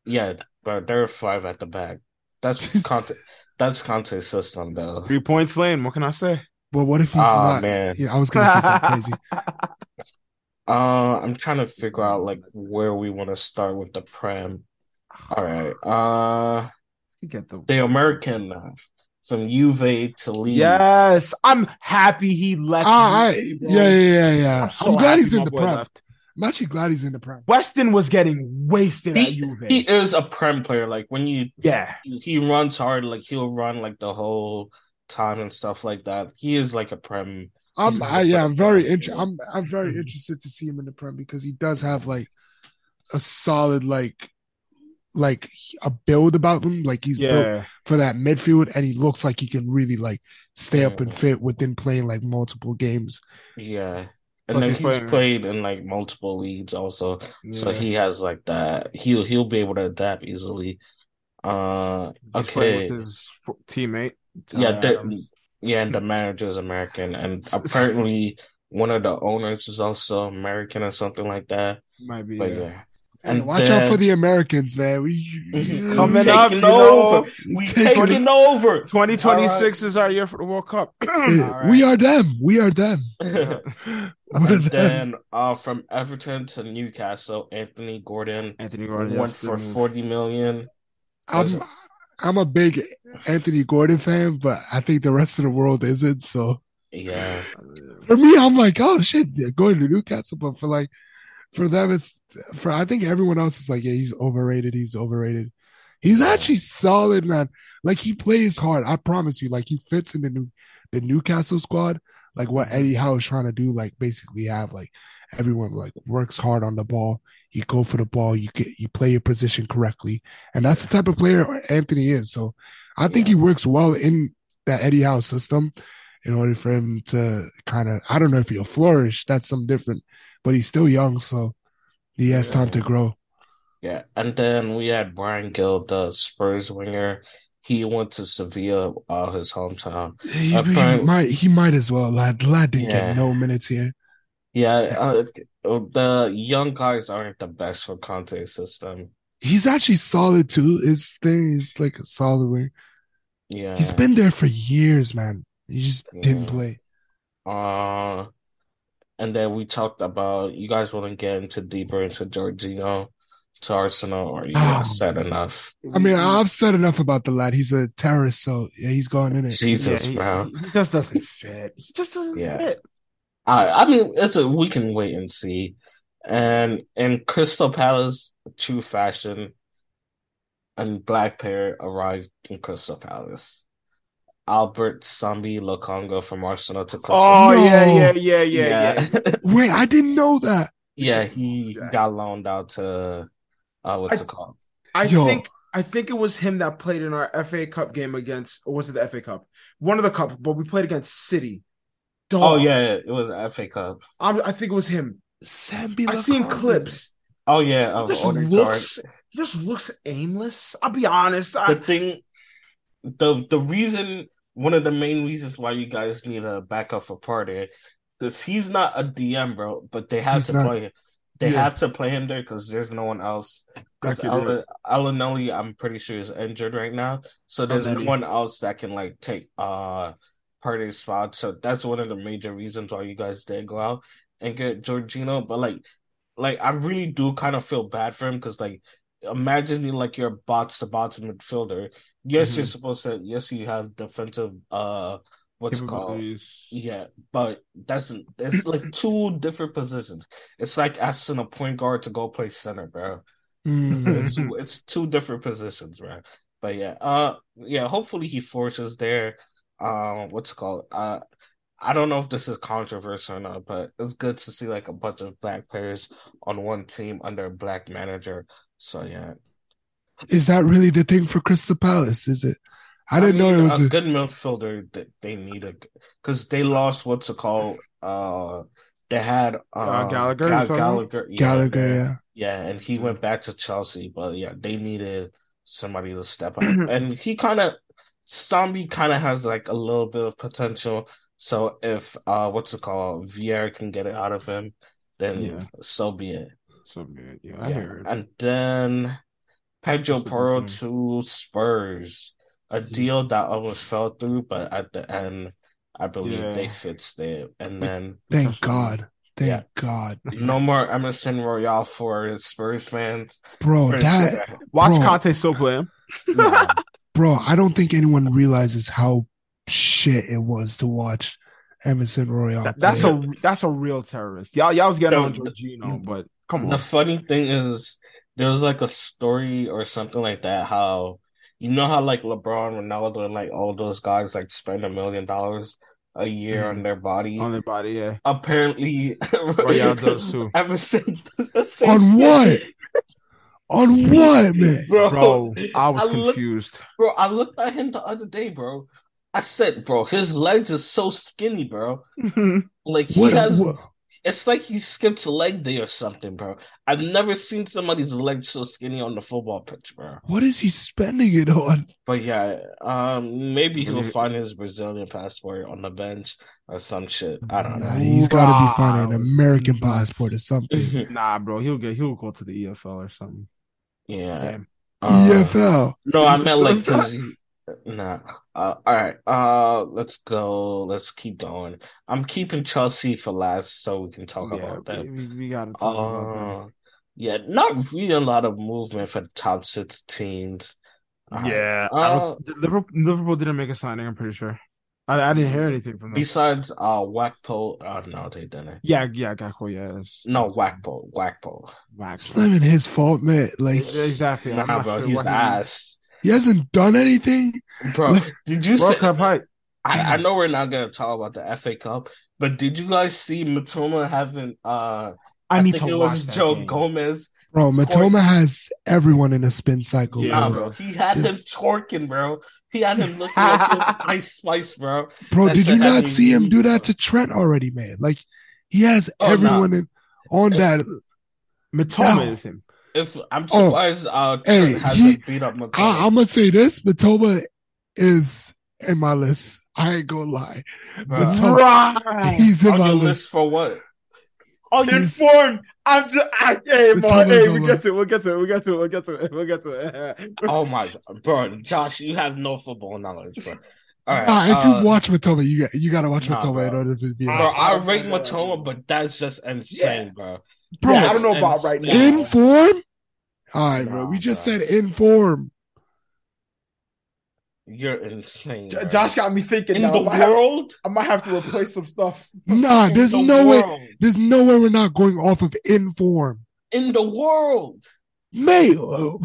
S2: Yeah, but there are five at the back. That's Conte. that's Conte's system, though.
S1: Three points lane. What can I say?
S3: But what if he's
S2: Aw,
S1: Ah,
S3: not?
S2: man.
S3: Yeah, I was gonna say something crazy.
S2: Uh, I'm trying to figure out like where we want to start with the prem. All right. Uh,
S1: You get the
S2: the American uh, from Juve to Leeds.
S1: yes. I'm happy he left.
S3: Ah, I,
S1: Leeds, bro.
S3: yeah, yeah, yeah, yeah. I'm,
S1: so
S3: glad
S1: happy
S3: he's in
S1: my
S3: the
S1: boy
S3: prem.
S1: left.
S3: I'm actually glad he's in the prem.
S1: Weston was getting wasted at Juve.
S2: He is a prem player. Like when you
S1: yeah,
S2: he runs hard. Like he'll run like the whole time and stuff like that. He is like a prem.
S3: I'm,
S2: He's in
S3: I,
S2: the
S3: yeah,
S2: prem.
S3: I'm very inter- I'm, I'm very
S1: Mhm.
S3: interested to see him in the prem because he does have like a solid like, like a build about him. Like he's built
S1: yeah.
S3: for that midfield, and he looks like he can really like stay up and
S2: Mhm.
S3: fit within playing like multiple games.
S2: Yeah. And
S1: Plus
S2: then
S1: he's
S2: he's
S1: playing-
S2: played in like multiple leagues also. So
S1: yeah.
S2: he has like that. He'll he'll be able to adapt easily. Uh,
S1: He's playing
S2: okay.
S1: with his f- teammate.
S2: Yeah,
S1: Tyler
S2: they're-
S1: Adams.
S2: Yeah, and the manager is American, and apparently one of the owners is also American or something like that.
S1: might be.
S2: But
S1: yeah.
S2: yeah,
S3: And
S2: And
S3: watch out
S2: then-
S3: for the Americans, man. We
S1: Coming
S2: Taking
S1: up, you know,
S2: over. we
S3: taking-
S2: taking over.
S1: 2026 is our year for the World Cup.
S2: All
S3: we are them. We are them.
S2: And
S3: We're them.
S2: then uh, from Everton to Newcastle, Anthony Gordon
S1: Anthony Gordon
S2: went for forty million.
S3: I'm I'm a big Anthony Gordon fan, but I think the rest of the world isn't. So
S2: Yeah,
S3: for me, I'm like, oh shit, they're going to Newcastle. But for like for them, it's for I think everyone else is like, yeah, he's overrated. He's overrated. He's actually solid, man. Like he plays hard. I promise you. Like he fits in the new, the Newcastle squad. Like what Eddie Howe is trying to do. Like basically have like everyone like works hard on the ball. You go for the ball. You get you play your position correctly, and that's the type of player Anthony is. So I think he works well in that Eddie Howe system. In order for him to kind of, I don't know if he'll flourish. That's something different, but he's still young, so he has time to grow.
S2: Yeah, and then we had Brian Gill, the Spurs winger. He went to Sevilla, uh, his hometown.
S3: He,
S2: I
S3: he
S2: find-
S3: might he might as well. Lad lad didn't
S2: Yeah.
S3: get no minutes here.
S2: Yeah, uh, the young guys aren't the best for Conte's system.
S3: He's actually solid too. His thing is like a solid wing.
S2: Yeah,
S3: He's been there for years, man. He just didn't
S2: Yeah.
S3: play.
S2: Uh, and then we talked about you guys want to get into deeper into Jorginho to Arsenal, or you
S3: Ah.
S2: guys said enough.
S3: I mean, I've said enough about the lad. He's a terrorist, so yeah, he's going in it.
S2: Jesus,
S1: he-
S2: bro.
S1: He, he just doesn't fit. He just doesn't
S2: Yeah.
S1: fit.
S2: I I mean, it's a we can wait and see. And in Crystal Palace, true fashion, and black pair arrived in Crystal Palace. Albert Sambi Lokonga from Arsenal to Crystal.
S1: Oh yeah,
S3: No.
S1: yeah, yeah, yeah, yeah.
S2: yeah,
S3: Wait, I didn't know that.
S2: Yeah, he got loaned out to uh, what's
S1: I-
S2: it called?
S1: I
S3: Yo.
S1: think I think it was him that played in our FA Cup game against, or was it the FA Cup? One of the cups, but we played against City. Dog.
S2: Oh yeah, yeah, it was a FA Cup.
S1: I'm, I think it was him.
S3: Sambi
S1: I seen
S3: Lakonga.
S1: clips.
S2: Oh yeah, of
S1: Just
S2: Odegaard.
S1: looks, just looks aimless. I'll be honest.
S2: The
S1: I,
S2: thing, the the reason, one of the main reasons why you guys need a backup for Partey, because he's not a DM, bro. But they have
S3: He's
S2: to
S3: not.
S2: play. They
S1: Yeah.
S2: have to play him there because there's no one else. Because
S1: That could do
S2: Al- Alanoli, I'm pretty sure is injured right now, so there's no
S1: Alanoli.
S2: one else that can like take uh Partey's spot. So that's one of the major reasons why you guys did go out and get Jorginho. But like, like I really do kind of feel bad for him because like, imagine you like you're a bots to bots midfielder. Yes, you're supposed to. Yes, you have defensive uh, what's it called
S1: Capabilities.
S2: yeah, but that's it's like two different positions. It's like asking a point guard to go play center, bro. It's,
S3: Mm.
S2: it's, it's two different positions, bro. But yeah, uh, yeah. Hopefully he forces there. Um, what's it called? Uh, I don't know if this is controversial or not, but it's good to see like a bunch of black players on one team under a black manager. So yeah,
S3: Is that really the thing for Crystal Palace? Is it? I didn't know
S2: mean,
S3: it was.
S2: a,
S3: A,
S2: good midfielder that they need a because they lost what's it called? Uh, they had uh,
S1: Gallagher,
S2: Ga-
S1: you talking about?
S2: Gallagher, yeah,
S3: Gallagher,
S2: they-
S3: yeah.
S2: yeah, and he went back to Chelsea, but yeah, they needed somebody to step up,
S1: Mm-hmm.
S2: and he kind of Stomby kind of has like a little bit of potential. So if uh, what's it called? Vieira can get it out of him, then
S1: Yeah.
S2: so be it.
S1: So good. Yeah,
S2: Yeah. And then Pedro
S1: That's a
S2: Porro
S1: decent
S2: to Spurs, a deal that almost fell through, but at the end, I believe
S1: Yeah.
S2: they fixed it. And then
S3: Thank God. Thank
S2: Yeah.
S3: God,
S2: no more Emerson Royale for Spurs fans.
S3: bro.
S2: Spurs
S3: Oh, That
S2: fans.
S1: Watch
S3: Bro.
S1: Conte still play him.
S2: Yeah.
S3: bro, I don't think anyone realizes how shit it was to watch Emerson Royale.
S1: That- that's
S3: play.
S1: a that's a real terrorist. Y'all y'all was getting
S2: No,
S1: on
S2: the-
S1: Jorginho, but come
S2: The
S1: on.
S2: funny thing is, there was like a story or something like that. How you know how like LeBron, Ronaldo, and like all those guys like spend a million dollars a year
S1: Mhm.
S2: on their body.
S1: On their body, yeah.
S2: Apparently,
S1: Royale does too.
S2: Emerson does the same
S3: on
S2: thing.
S3: what? On what, man?
S2: bro?
S1: Bro, I was
S2: I look-
S1: confused.
S2: Bro, I looked at him the other day, bro. I said, bro, his legs is so skinny, bro. Like he
S3: What?
S2: has,
S3: what-
S2: it's like he skipped a leg day or something, bro. I've never seen somebody's legs so skinny on the football pitch, bro.
S3: what is he spending it on?
S2: But yeah, um, maybe he'll
S1: Maybe-
S2: find his Brazilian passport on the bench or some shit. I don't
S3: Nah,
S2: know.
S3: he's got to be finding an
S1: Wow.
S3: American passport or something.
S1: nah, bro, he'll get he'll go to the EFL or something.
S2: Yeah.
S1: Damn.
S2: Uh,
S3: E EFL.
S2: No, I meant like because nah. Uh, all right. Uh, let's go. Let's keep going. I'm keeping Chelsea for last, so we can talk
S1: yeah,
S2: about that.
S1: we, we, we gotta talk about
S2: Uh, yeah, not really a lot of movement for the top six teams. Uh,
S1: that. Yeah, uh,
S2: I don't-
S1: Liverpool, Liverpool didn't make a signing. I'm pretty sure. I, I didn't hear anything from them.
S2: Besides uh Wackpo, oh no, they didn't.
S1: Yeah, yeah, Gakpo, yeah, that's
S2: No, Wackpo, Wackpo.
S1: wax.
S3: It's not even his fault, man. Like
S1: E, Exactly. I'm
S2: Nah,
S1: not
S2: bro,
S1: sure
S2: he's
S1: what he-
S2: ass.
S3: he hasn't done anything.
S2: Bro, did you
S1: World
S2: see?
S1: Cup hype.
S2: I, I know we're not gonna talk about the FA Cup, but did you guys see Matoma having uh?
S1: I, need
S2: think
S1: to
S2: it
S1: watch
S2: was
S1: that
S2: Joe
S1: game.
S2: Gomez.
S3: Bro,
S2: Scoring-
S3: Matoma has everyone in a spin cycle.
S1: Yeah.
S2: Nah,
S3: bro,
S2: bro, he had
S3: This-
S2: him twerking, bro. He had him looking like he was Ice Spice, bro.
S3: Bro,
S2: That's
S3: did
S2: the
S3: you not
S2: heavy
S3: see him do
S2: duty,
S3: that
S2: bro.
S3: to Trent already, man? Like he has
S2: Oh, nah.
S3: everyone in on
S2: If-
S3: that.
S1: Matoma
S3: No.
S1: is him.
S2: If I'm
S3: Oh.
S2: surprised, uh,
S3: Hey,
S2: Trent hasn't
S3: he-
S2: beat up Matoma.
S3: I, I'm gonna say this: Matoma is in my list. I ain't gonna lie,
S2: bro.
S3: Matoma-
S1: Right.
S3: he's in
S2: on
S3: my
S2: your list.
S3: list.
S2: for what?
S1: Oh, you're
S3: He's-
S1: informed. I'm just. I, hey,
S3: It's
S1: Mar,
S3: totally
S1: hey,
S3: going
S1: we get to. it, We'll get to. it, We'll get to. it, We'll get to. it, We'll get to. it.
S2: Oh my god, bro, Josh, you have no football knowledge. Bro. All right,
S3: Nah, if
S2: uh,
S3: you watch Matoma, you got you gotta watch
S2: nah,
S3: Matoma in
S2: bro.
S3: order to be.
S2: bro,
S3: Like,
S2: I
S1: Yeah.
S2: rate Matoma, but that's just insane, bro.
S3: bro,
S1: Yeah, I don't know about right now.
S3: in form. All right, bro.
S2: Nah,
S3: We just
S2: bro.
S3: said in form.
S2: You're insane.
S1: J-
S2: bro.
S1: Josh got me thinking
S2: in
S1: now.
S2: the
S1: I, might have,
S2: world?
S1: I might have to replace some stuff.
S3: Nah,
S2: In
S3: there's
S2: the
S3: no way.
S2: world.
S3: There's no way we're not going off of in form,
S2: In the world.
S3: mate. All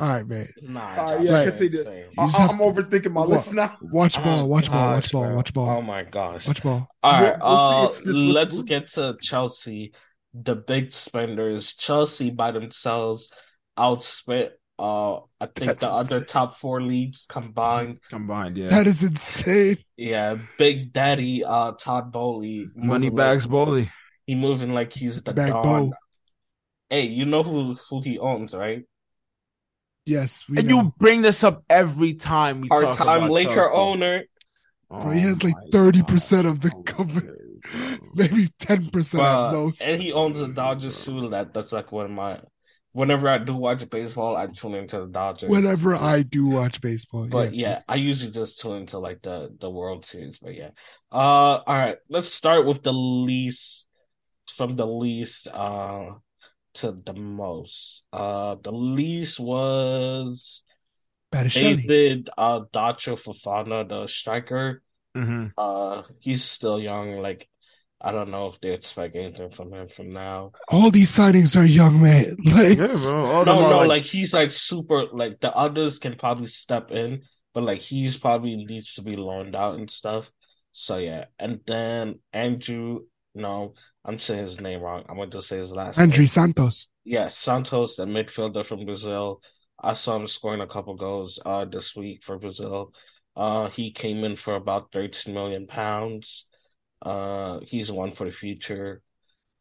S2: uh,
S3: right, man.
S2: Nah,
S1: All right,
S2: Josh,
S1: Uh, yeah,
S2: you're
S1: continue.
S2: insane.
S1: I,
S3: You just have
S1: I'm overthinking my
S3: What?
S1: list now.
S3: Watch ball,
S2: Oh,
S3: watch ball,
S2: gosh,
S3: watch ball,
S2: bro.
S3: watch ball,
S2: Oh my gosh.
S3: watch ball.
S2: All right,
S1: We'll- we'll see if
S2: uh,
S1: this was-
S2: let's get to Chelsea, the big spenders. Chelsea by themselves outspent uh I think
S3: That's
S2: the other
S3: insane.
S2: top four leagues combined.
S1: Combined, yeah.
S3: That is insane.
S2: Yeah, Big Daddy uh Todd Bowley moving
S1: Money
S2: like-
S1: bags, Bowley.
S2: he moving like he's the
S3: Back
S2: Don.
S3: bow.
S2: Hey, you know who who he owns, right?
S3: Yes, we
S1: And
S3: know.
S1: you bring this up every time we talk
S2: Part-time
S1: about
S2: Laker
S1: Chelsea.
S2: owner.
S1: Oh
S3: Bro, he has like
S1: my
S3: 30% of the
S1: God.
S3: company.
S1: Okay, bro.
S3: Maybe 10%
S2: Bruh,
S3: at most.
S2: and he owns the Dodgers too. That that's like one of my. Whenever I do watch baseball, I tune into the Dodgers.
S3: Whenever I do watch baseball,
S2: But
S3: yes.
S2: yeah, I usually just tune into like the the World Series. But yeah, uh, all right, let's start with the least from the least uh to the most. Uh, the least was
S3: Battistelli.
S2: David uh Dacho Fofana, the striker.
S1: Mhm.
S2: Uh, he's still young. Like, I don't know if they expect anything from him from now.
S3: All these signings are young, man. Like,
S1: Yeah, bro. All
S2: no,
S1: them are
S2: no,
S1: like,
S2: like, he's like super. Like the others can probably step in, but like he's probably needs to be loaned out and stuff. So yeah, and then Andrew. No, I'm saying his name wrong. I'm going to say his last. name.
S3: Andre Santos.
S2: Yeah, Santos, the midfielder from Brazil. I saw him scoring a couple goals uh this week for Brazil. Uh he came in for about 13 million pounds. Uh he's one for the future.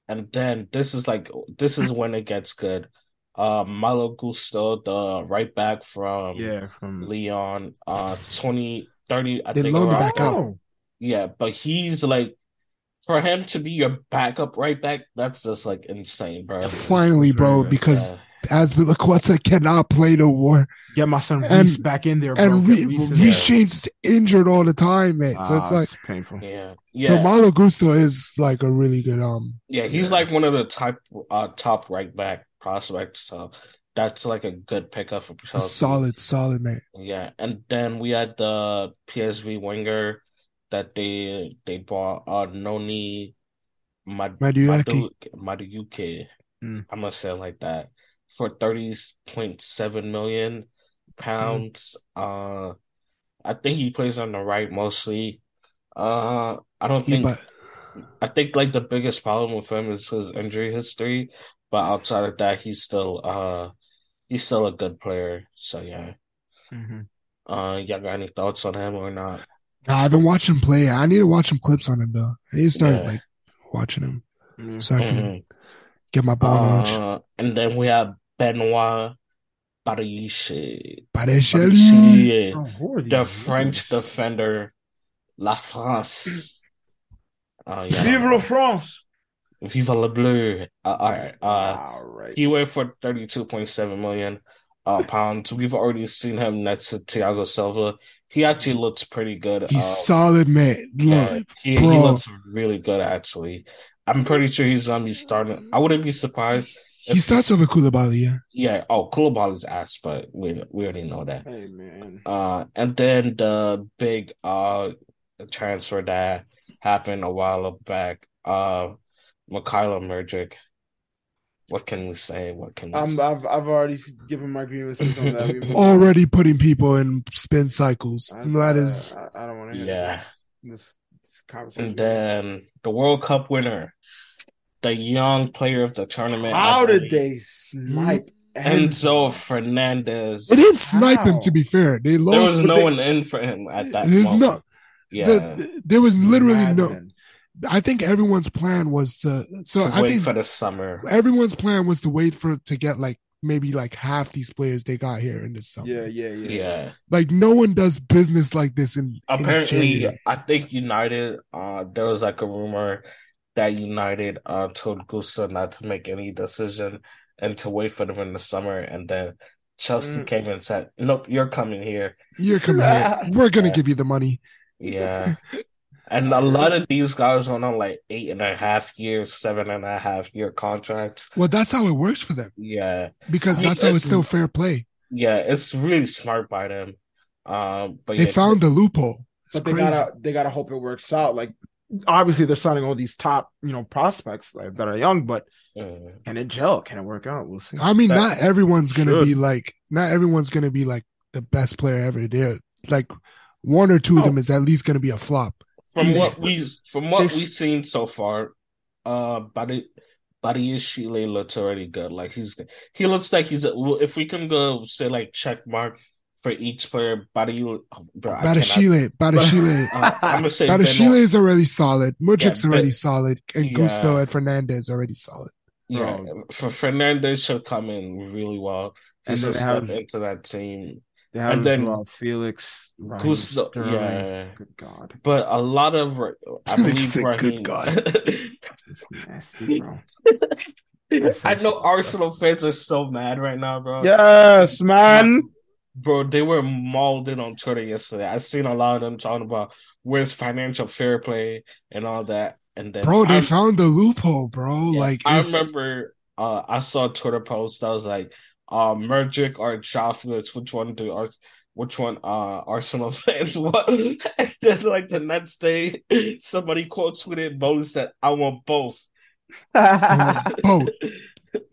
S2: And then this is like this is when it gets good. Uh Malo Gusto, the right back from
S1: yeah, from
S2: Leon, uh 20 30 I
S3: They
S2: think
S3: loaned him
S2: around
S3: back out.
S2: yeah, but he's like for him to be your backup right back, that's just like insane, bro.
S3: Finally, bro, because
S2: Yeah.
S3: as Aspilicueta cannot play no more.
S1: Get my son
S3: And-
S1: Reese back in there, bro.
S3: And
S1: Get
S3: Re-
S1: Reese in
S3: Reece
S1: there.
S3: James is injured all the time, man. So it's
S1: Ah,
S3: like,
S1: painful.
S2: Yeah, yeah,
S3: so Malo Gusto is like a really good, um,
S2: yeah. He's
S1: Yeah.
S2: like one of the type uh top right back prospects. So that's like a good pickup for
S3: a
S2: Chelsea.
S3: solid, solid man.
S2: Yeah, and then we had the PSV winger that they they bought uh Noni Mad
S3: Maduaki.
S2: Madu- Madueke.
S1: Mm.
S2: I'm gonna say it like that for 30.7 million pounds. Uh, I think he plays on the right mostly. Uh, I don't
S3: He,
S2: think.
S3: but
S2: I think like the biggest problem with him is his injury history, but outside of that, he's still uh he's still a good player. So yeah,
S1: Mhm.
S2: uh, y'all got any thoughts on him or not?
S3: Nah, I haven't watched him play. I need to watch some clips on him though. I need to start
S2: Yeah.
S3: like watching him
S1: Yeah.
S3: so I can
S2: Mhm.
S3: get my ball knowledge.
S2: Uh, and then we have Benoit
S3: Mm.
S2: Badiachi,
S3: Parecelli.
S2: Badiachi,
S1: Bro, who are these
S2: the French
S1: niggas?
S2: defender, La France. Uh, yeah,
S1: Vive la France.
S2: Vive la Bleu. Uh, all right, uh.
S1: All right.
S2: He went for 32.7 million uh, pounds. We've already seen him next to Thiago Silva. He actually looks pretty good.
S3: He's
S2: uh,
S3: solid, man. Look,
S2: yeah, he, he
S3: bro.
S2: looks really good, actually. I'm pretty sure he's going to be starting. I wouldn't be surprised.
S3: he starts over Koulibaly, yeah.
S2: Yeah. Oh, Koulibaly's ass, but we, we already know that.
S1: Hey man.
S2: Uh, and then the big uh a transfer that happened a while back. Uh, Mikhailo Murgic. What can we say? What can we
S3: Um,
S1: I'm,
S2: say?
S1: I've I've already given my grievances on that. We've-
S3: Already putting people in spin cycles.
S1: I- uh,
S3: That is
S1: I, I don't want to hear
S2: Yeah.
S1: this, this conversation.
S2: And uh, then the World Cup winner, the young player of the tournament. I
S1: How did
S2: believe,
S1: they snipe
S2: Enzo Fernandez.
S3: they didn't snipe him.
S1: How?
S3: To be fair, they lost.
S2: There was
S3: but
S2: no
S3: they-
S2: one in for him at that
S3: There's
S2: moment.
S3: no.
S2: yeah.
S3: the- there was literally no.
S1: Madden.
S3: I think everyone's plan was to. So
S2: to
S3: I
S2: wait
S3: think
S2: for the summer.
S3: everyone's plan was to wait for to get like maybe like half these players they got here in this summer.
S1: Yeah, yeah,
S2: Yeah.
S1: yeah.
S3: Like no one does business like this in in
S2: Apparently,
S3: January.
S2: I think United, uh, there was like a rumor that United uh, told Gusa not to make any decision and to wait for them in the summer. And then Chelsea
S1: Mm.
S2: came and said, Nope, you're coming here.
S3: You're coming here. We're gonna give you the money.
S2: Yeah. And a lot of these guys are on like eight and a half years, seven and a half year contracts.
S3: Well, that's how it works for them
S2: Yeah.
S3: because
S2: I mean,
S3: that's how it's
S2: that's-
S3: still fair play.
S2: Yeah. It's really smart by them. Um, but
S3: They
S2: yeah,
S3: found the loophole. It's
S1: But they
S3: crazy.
S1: gotta they gotta hope it works out. Like obviously they're signing all these top, you know, prospects like, that are young, but
S2: Mm.
S1: can it gel? Can it work out? We'll see.
S3: I mean,
S2: that-
S3: not everyone's gonna
S1: Should.
S3: be like not everyone's gonna be like the best player ever. There, like one or two of them
S1: Oh.
S3: is at least gonna be a flop.
S2: from
S1: They
S2: what
S1: st-
S2: we from what
S1: they
S2: we've
S1: st-
S2: seen so far, uh, Buddy Buddy Ishile looks already good. Like he's he looks like he's a, well, if we can go say like check mark for each player, Buddy. Oh, bro, I cannot-
S3: Badashile, Badashile,
S2: Uh, I'm gonna say
S3: Badashile
S2: Benoit.
S3: is already solid. Mudrik's
S2: Yeah, but-
S3: already solid, and
S2: Yeah.
S3: Gusto and Fernandez already solid.
S2: Yeah,
S1: Bro.
S2: for Fernandez Um, should come in really well. He
S1: And then
S2: should
S1: they
S2: step
S1: have
S2: into that team.
S1: they have
S2: and then-
S1: uh, Felix, Raheem
S2: Gusto,
S1: Sterling.
S2: yeah.
S1: Good God,
S2: But a lot of I
S3: Felix
S2: believe
S3: said,
S2: Raheem.
S3: "Good God."
S1: it's nasty, bro. That's
S2: I know
S1: actually-
S2: Arsenal fans are so mad right now, bro.
S1: Yes, man.
S2: Bro, they were mauled on Twitter yesterday. I seen a lot of them talking about where's financial fair play and all that. And then,
S3: Bro, they
S2: I,
S3: found the loophole, bro.
S2: yeah,
S3: like
S2: I
S3: it's-
S2: remember, uh, I saw a Twitter post that was like, uh, Mergic or Jofflitz, which one do Ars- which one uh Arsenal fans want? And then, like the next day, somebody quote tweeted Bowley said, "I want both."
S3: uh, oh,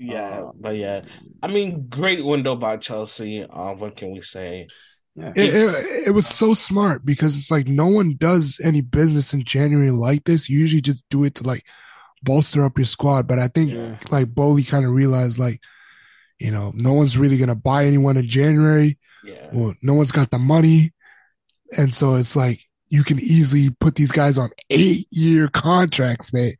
S2: yeah,
S1: Uh,
S2: but yeah, I mean, great window by Chelsea. Uh, what can we say?
S1: Yeah.
S3: it, it, it was so smart because it's like no one does any business in January like this. You usually just do it to like bolster up your squad. But I think
S2: Yeah.
S3: like Bowley kind of realized like, you know, no one's really gonna buy anyone in January.
S2: Yeah.
S3: Well, no one's got the money. And so it's like you can easily put these guys on eight year contracts, mate,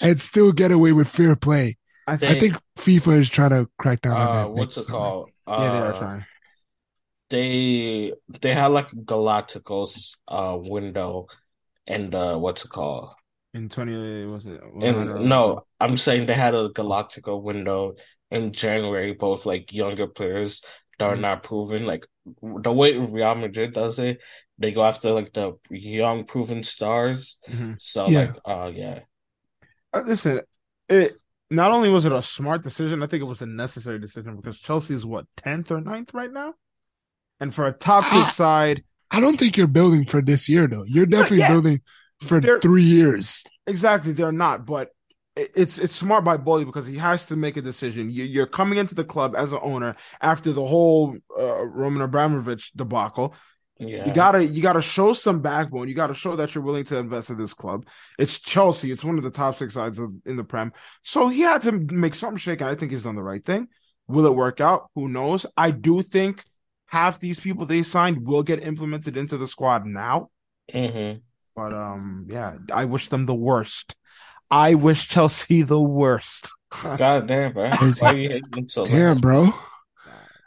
S3: and still get away with fair play.
S1: I
S2: They-
S1: think
S3: I think FIFA is trying to crack down on
S2: uh
S3: that.
S2: what's
S3: next
S2: it
S3: summer.
S2: called?
S1: yeah, they are
S2: Uh,
S1: trying.
S2: they they had like Galacticos uh window and uh what's it called?
S1: In twenty, was it? uh,
S2: And no, I'm saying they had a Galactico window in January, both like younger players that are
S1: Mhm.
S2: not proven. Like the way Real Madrid does it, they go after like the young proven stars.
S1: Mhm.
S2: So
S3: Yeah.
S2: like uh yeah.
S1: Uh, Listen, it not only was it a smart decision, I think it was a necessary decision because Chelsea is what tenth or 9th right now, and for a top
S3: Ah.
S1: six side,
S3: I don't think you're building for this year though. You're definitely
S1: yeah.
S3: building for
S1: They're-
S3: three years.
S1: Exactly, they're not. But it- it's it's smart by Bowley because he has to make a decision. You- You're coming into the club as an owner after the whole uh, Roman Abramovich debacle.
S2: Yeah.
S1: You gotta you gotta show some backbone. You gotta show that you're willing to invest in this club. It's Chelsea. It's one of the top six sides of, in the Prem. So he had to make something shake, and I think he's done the right thing. Will it work out? Who knows? I do think half these people they signed will get implemented into the squad now.
S2: Mhm.
S1: But um, yeah, I wish them the worst. I wish Chelsea the worst.
S2: God damn, bro.
S3: Crazy.
S2: Why you hate them so
S3: Damn,
S2: much?
S3: bro.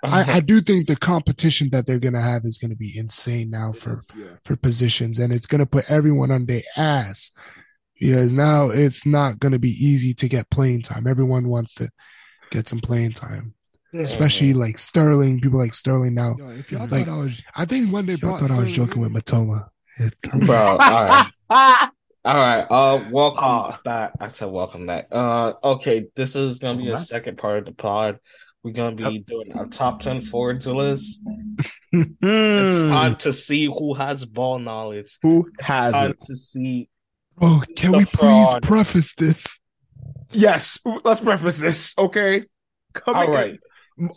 S3: I, I do think the competition that they're gonna have is gonna be insane now for for positions, and it's gonna put everyone on their ass because now it's not gonna be easy to get playing time. Everyone wants to get some playing time, especially like Sterling. People like Sterling now.
S4: Yo, if y'all
S3: Like-
S4: thought I was,
S3: I think one day
S4: Y'all
S3: I thought I was
S4: Sterling
S3: joking with
S4: in?
S3: Matoma. It-
S2: Mm-hmm. Bro, all right.
S1: Ah!
S2: All right. Uh, welcome
S1: Ah.
S2: back. I said welcome back. Uh, okay. This is gonna be
S1: Welcome
S2: the
S1: back.
S2: second part of the pod. We're gonna be doing our top ten forwards list. It's
S1: Hmm.
S2: time to see who has ball knowledge.
S1: Who
S2: It's
S1: has
S2: time
S1: it?
S2: to see.
S3: Bro, can
S2: The
S3: we please
S2: fraud.
S3: preface this?
S1: Yes, let's preface this, okay? Coming
S2: All
S1: in-
S2: right,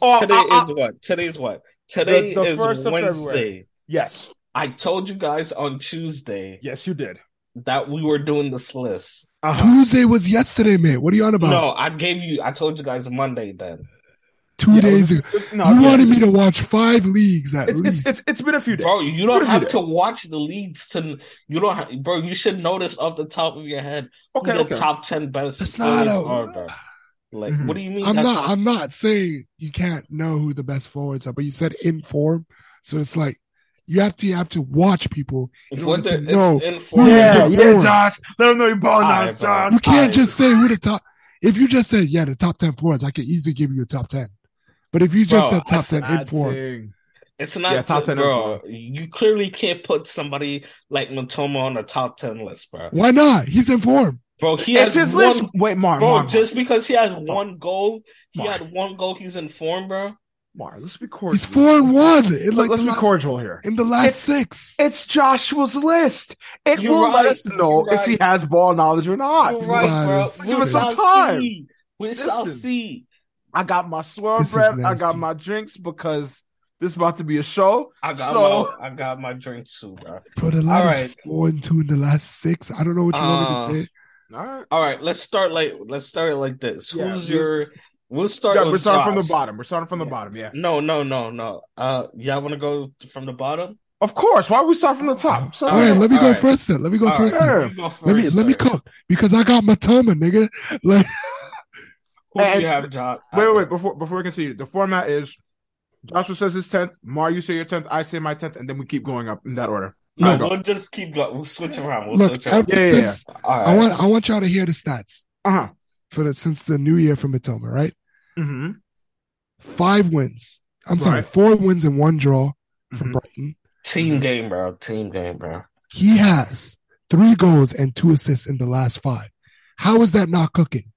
S1: Oh,
S2: today
S1: ah, ah,
S2: is what? Today is what? Today
S1: the
S2: is
S1: first of February.
S2: Wednesday.
S1: yes,
S2: I told you guys on Tuesday
S1: yes, you did.
S2: that we were doing this list.
S1: Uh-huh.
S3: Tuesday was yesterday, mate. What are you on about?
S2: No, I gave you. I told you guys Monday. Then
S3: Two
S1: Yeah,
S3: days ago.
S1: No,
S3: you
S1: yeah.
S3: wanted me to watch five leagues at
S1: It's, it's,
S3: least.
S1: it's, it's been a few days.
S2: Bro, you
S1: What
S2: don't
S1: if
S2: have
S1: it
S2: to
S1: is?
S2: watch the leads to you don't ha bro, you should know this off the top of your head who
S1: okay,
S2: the
S1: okay.
S2: top ten best
S3: That's not
S2: forwards
S3: a-
S2: are, bro. Like
S1: Mhm.
S2: what do you mean
S3: I'm
S2: that's
S3: not I'm not saying you can't know who the best forwards are, but you said in form. So it's like you have to you have to watch people.
S2: it's
S3: you
S2: what
S3: want to
S2: the-
S3: know
S2: it's in
S3: who
S2: form.
S3: is
S1: yeah,
S3: it
S1: yeah,
S3: for?
S1: Josh. Let them know you're balling
S2: All
S1: out,
S2: right, bro.
S1: Josh.
S3: You can't
S2: I-
S3: just say who the top if you just said, yeah, the top ten forwards, I could easily give you a top ten. But if you just
S2: Bro,
S3: said top
S2: that's
S3: ten in form,
S2: It's not
S1: Yeah, top
S2: just-
S1: 10 in
S2: bro. You clearly can't put somebody like Matoma on the top ten list, bro.
S3: why not? He's in form.
S2: Bro, he
S1: It's
S2: has
S1: his
S2: one,
S1: list. Wait, Mar,
S2: bro,
S1: Mar,
S2: just because he has one goal, he
S1: Mar.
S2: had one goal, he's in form, bro.
S1: Mar, Mar, let's be cordial.
S3: He's four and one. In like
S1: let's
S3: the
S1: be
S3: last,
S1: cordial here.
S3: in the last
S1: It's-
S3: six.
S1: It's Joshua's list. It
S2: You're
S1: will let
S2: right.
S1: us know
S2: You're
S1: if he
S2: right.
S1: has ball knowledge or not.
S2: You're right, bro.
S3: Giannis.
S2: We
S3: Give us some
S2: shall
S1: time.
S2: see. We shall
S1: Listen.
S2: see.
S1: I got my
S3: This
S1: swerve
S3: is
S1: rep. I got
S3: nasty.
S1: my drinks because this is about to be a show.
S2: I got
S1: So-
S2: my I got my drink too, bro.
S3: Bro, the
S2: All
S3: lad is
S2: right.
S3: four and two in the last six. I don't know what you want me to say.
S1: All right.
S2: All right, let's start like let's start it like this.
S1: Yeah,
S2: Who's
S1: you-
S2: your? We'll start.
S1: Yeah,
S2: with
S1: we're starting from the
S2: Josh.
S1: bottom. We're starting from the
S2: Yeah.
S1: bottom. Yeah.
S2: No, no, no, no. Uh, y'all want to go from the bottom?
S1: Of course. Why we start from the top? So,
S3: All right, let me
S2: all
S3: go
S2: right.
S3: first then. Let me go
S2: All
S3: first
S1: right.
S3: then.
S1: Sure.
S2: you go
S3: Let me
S2: first,
S3: let me
S2: sir.
S3: cook because I got my Matoma, nigga. Like
S2: Who do
S1: And-
S2: you have, Josh?
S1: wait, wait, wait. Before before we continue, the format is Joshua says his tenth, Mar, you say your tenth, I say my tenth, and then we keep going up in that order.
S2: All right,
S1: No.
S2: we'll just keep going. We'll switch around. We'll
S3: look,
S2: switch around.
S3: ever
S1: Yeah, yeah,
S3: since
S2: All right.
S3: I want I want y'all to hear the stats
S1: Uh huh.
S3: for the since the new year for Matoma, right?
S1: Mm-hmm.
S3: Five wins. I'm sorry,
S1: Right.
S3: four wins and one draw for
S2: Mm-hmm.
S1: Mhm.
S3: Brighton.
S2: Team game, bro. Team game, bro.
S3: He has three goals and two assists in the last five. How is that not cooking?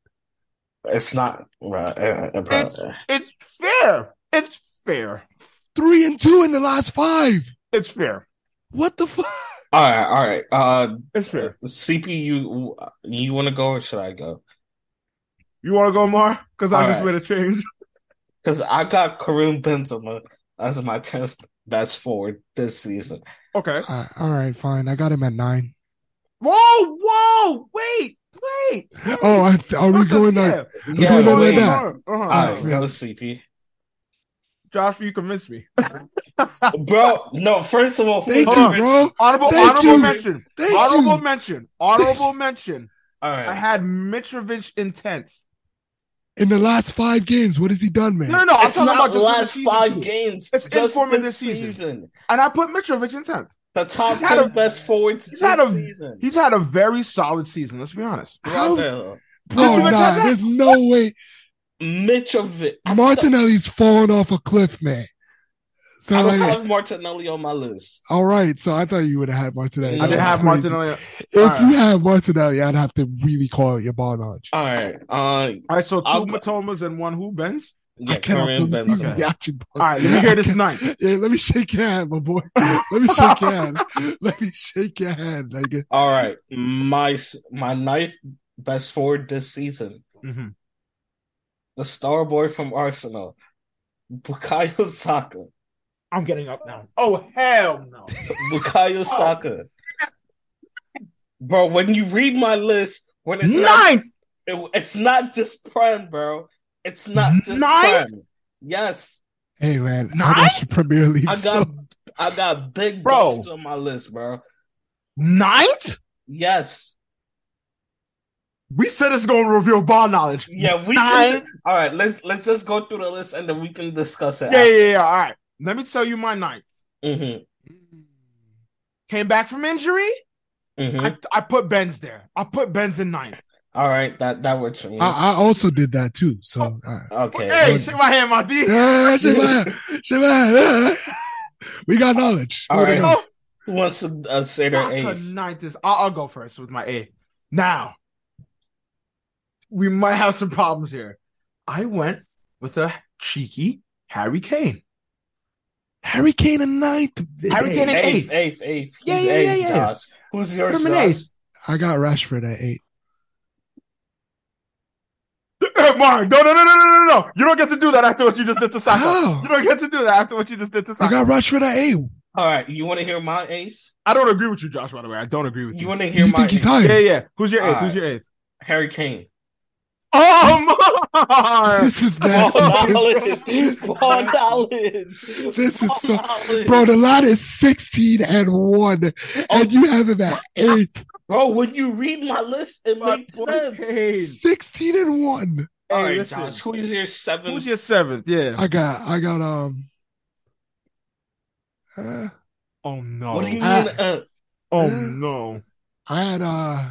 S2: It's not, bro. Uh, uh, bro.
S1: It's it's fair. It's fair.
S3: Three and two in the last five.
S1: It's fair.
S3: What the fuck?
S2: All right, all right. Uh,
S1: It's fair.
S2: CP, you uh, you want to go or should I go?
S1: You want to go, Mar? Because I
S2: All
S1: just
S2: right.
S1: made a change.
S2: Because I got Karim Benzema as my tenth best forward this season.
S1: Okay.
S3: Uh, all right, fine. I got him at nine.
S1: Whoa, whoa, wait, wait. wait.
S3: Oh, I, are we
S1: Not just
S3: going like
S1: yet.
S2: Yeah,
S3: doing it
S2: wait.
S3: like that.
S1: Uh-huh.
S2: All right,
S3: Alright.
S2: go CP,
S1: Josh, you convinced me.
S2: bro. No, first of all, who
S3: Thank
S2: is
S1: Hold
S3: you,
S1: on.
S2: your-
S3: bro.
S1: Honorable,
S3: Thank
S1: honorable
S3: you.
S1: mention.
S3: Thank
S1: honorable
S3: you.
S1: mention. Honorable mention.
S2: All right,
S1: I had Mitrovic in tenth.
S3: In the last five games, what has he done, man?
S1: No, no, no. I'm
S2: it's
S1: talking
S2: not
S1: about
S2: the
S1: just in the
S2: last
S1: season.
S2: five games.
S1: It's
S2: just
S1: informing
S2: this
S1: this season.
S2: season.
S1: and I put Mitrovic in tenth.
S2: The top
S1: He's had
S2: ten
S1: a-
S2: best forwards this
S1: he's had a-
S2: season.
S1: He's had a very solid season. Let's be honest.
S2: Who
S3: How-
S2: out there?
S3: Bro,
S1: Did you
S3: nah,
S1: mention that?
S3: there's no way.
S2: Mitrovic. I
S3: Martinelli's fallen off a cliff, man. So
S2: I don't
S3: like,
S2: have Martinelli on my list.
S3: all right. So I thought you would have had Martinelli.
S1: I
S2: No,
S1: didn't
S3: That
S1: have
S3: was crazy.
S1: Martinelli.
S3: If
S1: All
S3: you
S1: right.
S3: had Martinelli, I'd have to really call it your ball knowledge.
S2: All right, uh,
S1: All right, so 2
S2: I'll go-
S1: Matomas and one who Benz.
S2: yeah,
S3: I cannot
S2: Karim
S3: believe you
S2: Benzema.
S3: reaction.
S1: All right, let me hear this ninth.
S3: Yeah, let me shake your hand, my boy. Let me shake your hand. Let me shake your hand, nigga.
S2: All right, my my ninth best forward this season,
S1: Mm-hmm.
S2: the star boy from Arsenal, Bukayo Saka.
S1: I'm getting up now. Oh hell no.
S3: Oh.
S2: Bukayo Saka. Bro, when you read my list, when it's not,
S1: Ninth.
S2: it- it's not just prem, bro. It's not just
S1: Ninth?
S2: prem. Yes,
S3: Hey man,
S1: Nice.
S3: I watch the Premier League.
S2: I
S3: so-
S2: got I got big
S1: Bro.
S2: dogs on my list, bro.
S1: Ninth?
S2: Yes.
S1: We said it's gonna reveal ball knowledge.
S2: Yeah, we
S1: Ninth.
S2: can. All right, let's let's just go through the list and then we can discuss it.
S1: Yeah, yeah, yeah. All right. Let me tell you my ninth.
S2: Mm-hmm,
S1: Came back from injury.
S2: mm-hmm.
S1: I, I put Benz there. I put Benz in ninth.
S2: All right, that that works for me.
S3: I, I also did that too. So
S1: Oh.
S3: uh,
S2: okay.
S1: Uh-uh. Hey,
S3: Benz.
S1: shake my hand, my D.
S3: yeah, shake my hand. Shake my hand. we got knowledge.
S2: All
S3: Hold
S2: right.
S3: it up.
S1: Oh,
S2: Who wants to uh, say their
S1: Saka
S2: eighth?
S1: ninth is. I'll, I'll go first with my A. Now, we might have some problems here. I went with a cheeky Harry Kane.
S3: Harry Kane and ninth.
S1: Harry Kane at
S2: Eighth,
S1: eighth.
S2: eighth, eighth.
S1: Yeah,
S2: He's
S1: yeah, yeah,
S2: eighth,
S1: yeah, yeah.
S2: Josh. Who's yours,
S1: him in
S2: Josh?
S1: eighth.
S3: I got Rashford at eight.
S1: Mark, no, no, no, no, no, no, no. You don't get to do that after what you just did to Saka.
S3: How?
S1: You don't get to do that after what you just did to
S3: I
S1: Saka.
S3: got Rashford at eight.
S2: All right, you want to hear my eighth?
S1: I don't agree with you, Josh, by the way. I don't agree with you.
S2: You want to hear
S3: You
S2: my
S3: think he's
S2: eighth?
S3: higher?
S1: yeah, yeah. Who's your eighth?
S2: All
S1: Who's your eighth?
S2: Harry Kane?
S1: Oh, Mark!
S3: This is
S2: Ball
S3: nasty.
S2: knowledge,
S3: This-
S2: ball knowledge.
S3: This is
S2: Ball
S3: so-
S2: knowledge.
S3: Bro, the lot is 16 and 1,
S1: Oh.
S3: and you have him at 8.
S2: Bro, when you read my list, it
S1: Mark,
S2: makes
S1: boy,
S2: sense.
S1: Kane.
S3: 16 and 1.
S2: All
S1: Hey,
S2: right,
S1: listen.
S2: Josh, who's your seventh?
S1: Who's your seventh? Yeah.
S3: I got, I got, um, uh,
S1: Oh no.
S2: what do you mean?
S3: Ah.
S2: Uh,
S1: Oh no.
S3: I had, uh,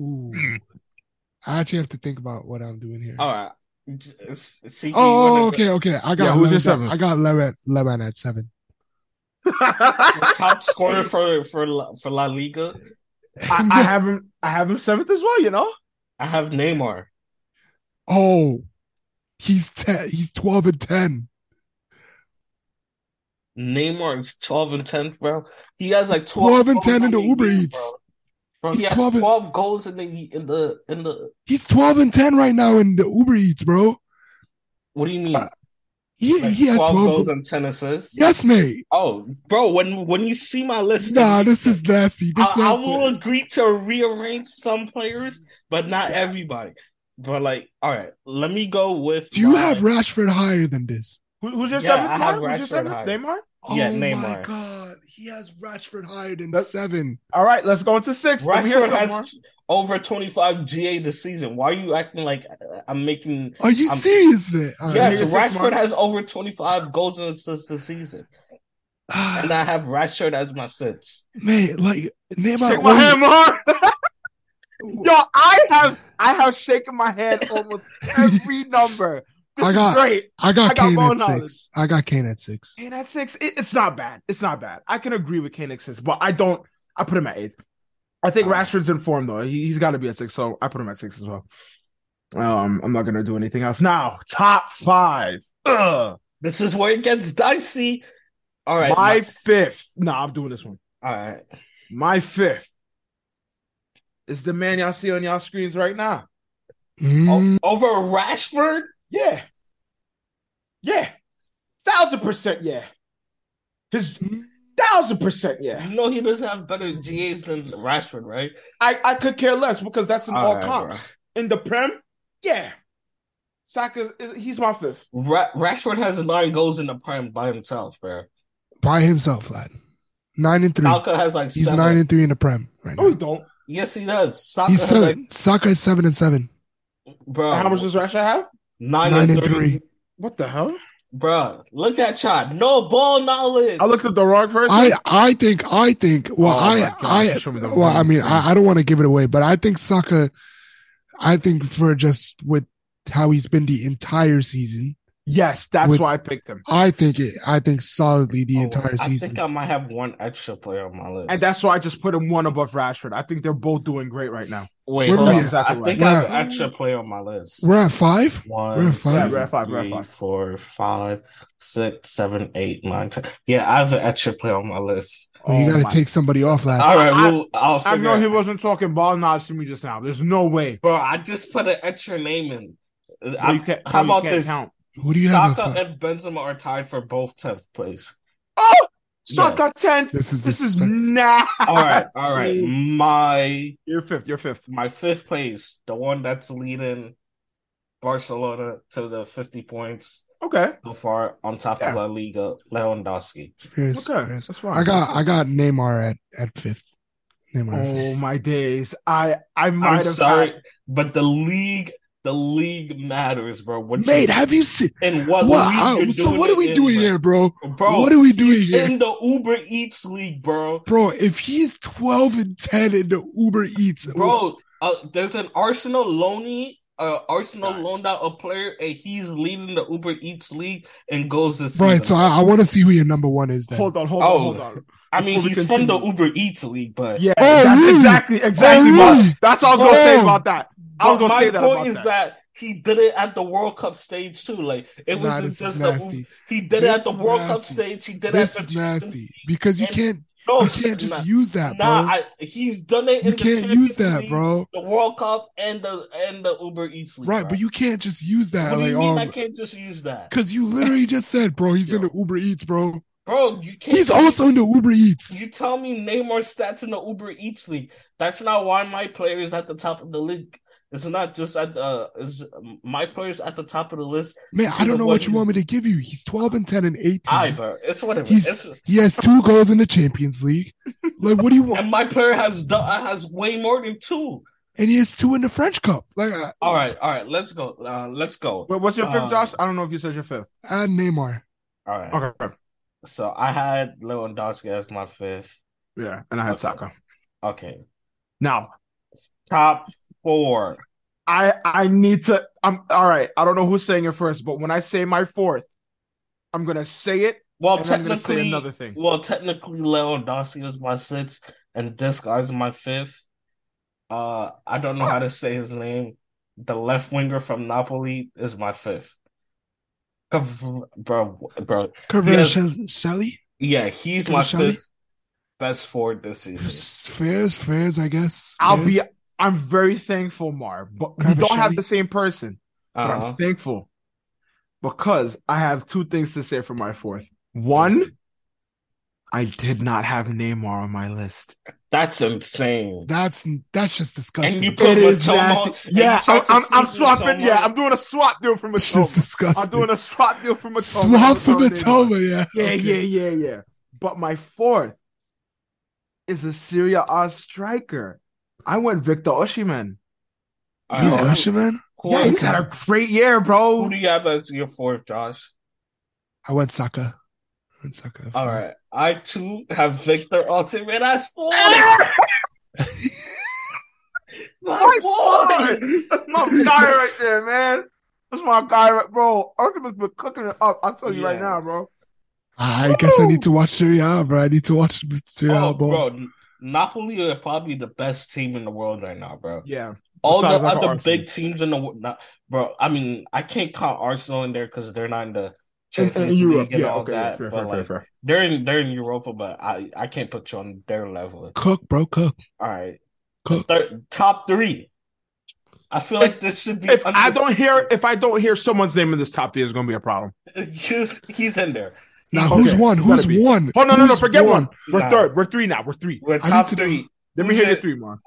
S3: ooh, I actually have to think about what I'm doing
S1: Oh,
S3: here.
S2: all right. It's- it's- see, you
S3: oh,
S2: wanna-
S3: okay, okay. I
S1: Yeah,
S3: got,
S1: who's your
S3: Levant-
S1: seventh?
S3: I got Levan, Levan at 7.
S1: I,
S2: Top scorer for for La- for La Liga.
S1: I have him. I have him seventh as well. You know.
S2: I have Neymar.
S3: oh, he's 10, he's 12 and 10.
S2: Neymar is 12 and 10, bro. He has like 12,
S3: 12 and 10 in the
S2: goals
S3: Uber
S2: year,
S3: Eats.
S2: Bro, bro
S3: He's
S2: he has
S3: 12
S2: 12,
S3: and-
S2: goals in the in the in the
S3: He's 12 and 10 right now in the Uber Eats, bro.
S2: what do you mean?
S3: Uh, He,
S2: Like,
S3: he has 12,
S2: goals
S3: go-
S2: and 10 assists.
S3: Yes, mate.
S2: Oh, bro, when when you see my list,
S3: Nah, this is nasty. This
S2: I, I
S3: not
S2: will agree to rearrange some players, but not everybody. But like, all right, let me go with
S3: Do you
S2: my-
S3: have Rashford higher than this?
S1: Who, who's your
S2: Yeah,
S1: seventh?
S2: I have
S1: Mark? Who's your
S2: Rashford
S1: seventh?
S2: higher.
S1: Neymar.
S2: Yeah,
S3: oh my
S2: Neymar.
S3: god, he has Rashford higher than
S1: That's-
S3: seven.
S1: All right, let's go into sixth. Let me hear
S2: Rashford
S1: some,
S2: has
S1: Mark.
S2: over 25 GA this season. Why are you acting like uh, I'm making
S3: Are you
S2: I'm-
S3: serious, man? All right.
S2: Yes,
S1: Nigga, six
S2: Rashford
S1: months.
S2: has over 25 goals and assists this season. And I have Rashford as my sixth.
S3: man, ah, like Neymar.
S1: Shake my hand, Mark.
S3: only-
S1: Yo, I have I have shaken my head almost every number. This
S3: I got-
S1: is great.
S3: I got
S1: I got
S3: Kane
S1: ball
S3: at
S1: knowledge.
S3: six. I got Kane at six.
S1: Kane at six. It, it's not bad. It's not bad. I can agree with Kane at six, but I don't. I put him at eighth. I think
S2: All right.
S1: Rashford's in form though. He, he's got to be at six, so I put him at six as well. Um, I'm not gonna do anything else now. Top five. Ugh.
S2: This is where it gets dicey. All right.
S1: my,
S2: my-
S1: fifth. Nah, I'm doing this one.
S2: all right.
S1: My fifth is the man y'all see on y'all screens right now.
S3: Mm,
S2: O- over Rashford?
S1: Yeah. Yeah. Thousand percent yeah. His thousand percent yeah.
S2: You know he doesn't have better GAs than Rashford, right?
S1: I, I could care less because that's in all,
S2: right,
S1: comps. In the Prem, yeah. Saka, is- he's my fifth.
S2: bro. Ra- Rashford has nine goals in the prime by himself, bro.
S3: by himself, lad. Nine and three.
S2: Falca has like
S3: Hmm. He's
S2: seven.
S3: nine and three in the Prem right
S1: No, he
S3: now.
S1: don't.
S2: Yes, he does. Saka
S3: He's
S2: has like,
S3: seven. Saka is seven and seven.
S2: bro.
S1: How much does Rashford have?
S2: nine,
S3: Nine
S2: and
S3: and
S2: three.
S3: three.
S1: Oh. What the hell?
S2: Bro, look at Chad. No ball knowledge.
S1: I looked at the wrong person.
S3: I I think I think well
S1: Oh my
S3: I
S1: gosh, you
S3: I
S1: showed me the
S3: well I
S1: wrong
S3: mean
S1: thing.
S3: I, I don't want to give it away but I think Saka I think for just with how he's been the entire season
S1: yes, that's
S3: With-
S1: why I picked him.
S3: I think it I think solidly the
S2: Oh,
S3: entire
S2: I
S3: season
S2: think I might have one extra player on my list.
S1: And that's why I just put him one above Rashford. I think they're both doing great right now.
S2: Wait,
S3: Where
S2: hold
S3: are
S2: on.
S3: we?
S1: Exactly
S2: I think
S3: right.
S2: I have an
S3: Where-
S2: extra player on my list.
S3: we're at five
S2: One,
S3: We're at five?
S2: two,
S1: Yeah, we're at five, we're at
S2: three,
S1: five.
S2: four, five, six, seven, eight, nine, ten. Yeah, I have an extra player on my list.
S3: Well, you
S1: Oh
S3: got
S1: my-
S3: to take somebody off lad
S2: All right,
S1: I-
S2: we'll, I'll
S1: I
S2: figure
S1: know he
S2: it out.
S1: wasn't talking ball knowledge to me just now. There's no way.
S2: Bro, I just put an extra name in.
S1: No,
S2: I-
S1: you can't, no,
S2: how
S1: you
S2: about
S1: can't
S2: this?
S1: count.
S3: who do you have at
S2: Saka
S3: five
S2: and Benzema are tied for both 10th place.
S1: Oh, Saka tenth.
S3: this is
S1: This is
S3: disrespect-
S1: nasty.
S2: All right, all right. My
S1: You're fifth. You're fifth.
S2: my fifth place, the one that's leading Barcelona to the 50 points
S1: Okay.
S2: so far on top
S1: Yeah.
S2: of La Liga, Lewandowski.
S3: fierce,
S1: Okay.
S3: fierce.
S1: That's fine.
S3: I got I got Neymar at at fifth Neymar at
S1: Oh
S3: fifth.
S1: my days! I I might
S2: I'm
S1: have.
S2: sorry,
S1: had-
S2: but the league, the league matters, bro. What you-
S3: mate have you seen
S2: and what,
S3: what
S2: league
S3: I-
S2: you're
S3: so
S2: doing
S3: what are
S2: it
S3: we
S2: in,
S3: doing
S2: bro.
S3: here bro
S2: Bro,
S3: what are we doing here
S2: in the Uber Eats league, bro.
S3: Bro, if he's 12 and 10 in the Uber Eats,
S2: Bro, uh, there's an Arsenal loanee. Uh, Arsenal
S1: Nice.
S2: loaned out a player, and he's leading the Uber Eats league and goes this
S3: right?
S2: season.
S3: So I, I want to see who your number one is then.
S1: Hold on. Hold
S2: Oh.
S1: on. Hold on.
S2: I
S1: Before
S2: mean,
S1: we
S2: he's from the Uber Eats league, but
S1: Yeah.
S3: Oh,
S1: that's
S3: really?
S1: Exactly. Exactly.
S3: Oh,
S1: Mark.
S3: really?
S1: That's what I was gonna say
S3: Oh.
S1: about that. I was
S2: But
S1: gonna
S2: my
S1: say that
S2: point
S1: about
S2: is
S1: that.
S2: that he did it at the World Cup stage too. Like it was
S3: Nah,
S2: just,
S3: this is
S2: just
S3: nasty.
S2: the, he did
S3: This
S2: it at
S3: is
S2: the World Cup
S3: nasty.
S2: stage. He did
S3: This
S2: it at
S3: is
S2: the
S3: nasty because you
S2: And-
S3: can't
S2: No,
S3: you can't just use that, bro.
S2: nah, I, he's done it.
S3: you
S2: in the
S3: can't use
S2: Champions
S3: that,
S2: League,
S3: bro.
S2: The World Cup and the and the Uber Eats League.
S3: Right, but you can't just use
S2: What
S3: that,
S2: do
S3: like,
S2: you mean
S3: um,
S2: I can't just use that,
S3: because you literally just said, bro, he's in
S2: Yo.
S3: the Uber Eats, bro.
S2: bro? You can't.
S3: He's also in the Uber Eats.
S2: You tell me Neymar's stats in the Uber Eats league. That's not why my player is at the top of the league. It's not just at uh, is my player's at the top of the list.
S3: Man, I
S2: You
S3: don't
S2: know
S3: know
S2: what
S3: what you
S2: he's-
S3: want me to give you. He's 12 and 10 and 18.
S2: I, bro, it's whatever.
S3: He's-
S2: It's,
S3: He has two goals in the Champions League. Like, what do you want?
S2: and my player has done, has way more than two.
S3: And he has two in the French Cup. Like, I-
S2: All right, all right, let's go. Uh, let's go.
S1: Wait, what's your fifth,
S2: Uh,
S1: Josh? I don't know if you said your fifth.
S3: add Neymar.
S2: All right.
S1: Okay.
S2: So I had Lewandowski as my fifth.
S1: Yeah, and I had
S2: Okay.
S1: Saka.
S2: Okay.
S1: Now,
S2: Top four.
S1: I I need to. I'm all right. I don't know who's saying it first, but when I say my fourth, I'm gonna say it,
S2: Well,
S1: and I'm gonna say
S2: technically,
S1: another thing.
S2: well, technically, Lewandowski is my sixth, and this guy's my fifth. Uh, I don't know how to say his name. The left winger from Napoli is my fifth. Cav- Bro, bro,
S3: Kvaratskhelia?
S2: yeah, he's my
S3: Shall we-
S2: fifth best forward this season.
S3: Fairs, fairs, I guess.
S1: I'll be.
S3: Fairs.
S1: I'm very thankful, Mar, but we don't have the same person. But
S2: Uh-huh.
S1: I'm thankful because I have two things to say for my fourth. One, I did not have Neymar on my list.
S2: That's insane.
S3: That's that's just disgusting.
S2: And you put
S1: It is
S2: Matoma-
S1: nasty.
S2: and you
S1: Yeah,
S2: tried
S1: I'm,
S2: to
S1: I'm, I'm
S2: sneak
S1: swapping.
S2: Matoma.
S1: Yeah, I'm doing a swap deal for
S3: it's just
S1: Matoma.
S3: disgusting.
S1: I'm doing a swap deal for Matoma.
S3: Swap for
S1: without Neymar.
S3: Matoma, yeah.
S1: Yeah,
S3: Okay.
S1: yeah, yeah, yeah. But my fourth is a Syria A striker. I went Victor Oshiman.
S2: All
S3: He's
S1: Yeah.
S2: right,
S3: Usher, man.
S2: who-
S1: yeah, he's had a great year, bro.
S2: Who do you have as your fourth, Josh?
S3: I went Saka. I went Saka.
S2: All
S1: Mm-hmm.
S2: right. I too have Victor Ultimate as four. My
S1: Alright,
S2: boy.
S1: That's my guy right there, man. That's my guy, right, bro. Oshiman's been cooking it up. I'll tell you right
S2: Yeah.
S1: now, bro.
S3: I guess I need to watch Serie A, bro. I need to watch Serie A
S2: Oh,
S3: ball.
S2: bro, Napoli are probably the best team in the world right now, bro.
S1: Yeah,
S2: All the
S1: Besides, like,
S2: other
S1: Arsenal.
S2: big teams in the world, not, bro. I mean, I can't count Arsenal in there because they're not in the
S1: in,
S2: Champions
S1: in Europe.
S2: League and
S1: Yeah,
S2: all
S1: okay, yeah,
S2: that.
S1: fair,
S2: but
S1: fair, fair,
S2: like,
S1: fair.
S2: they're in they're in Europa, but I I can't put you on their level.
S3: Cook, bro, cook.
S2: All right,
S3: Cook.
S2: Thir- top three. I feel like this should be.
S1: If I
S2: under-
S1: don't hear, if I don't hear someone's name in this top three, it's gonna be a problem.
S2: he's, he's in there.
S3: Now,
S1: Okay,
S3: who's one?
S1: gotta
S3: Who's
S1: be.
S3: one?
S1: Oh no, no, no!
S3: Who's
S1: Forget one. We're
S2: Nah.
S1: third. We're three now. We're three.
S2: We're
S3: I
S2: top
S3: need to know-
S2: three.
S1: Let me
S2: Who's
S1: hear your
S2: it?
S1: three, Mar.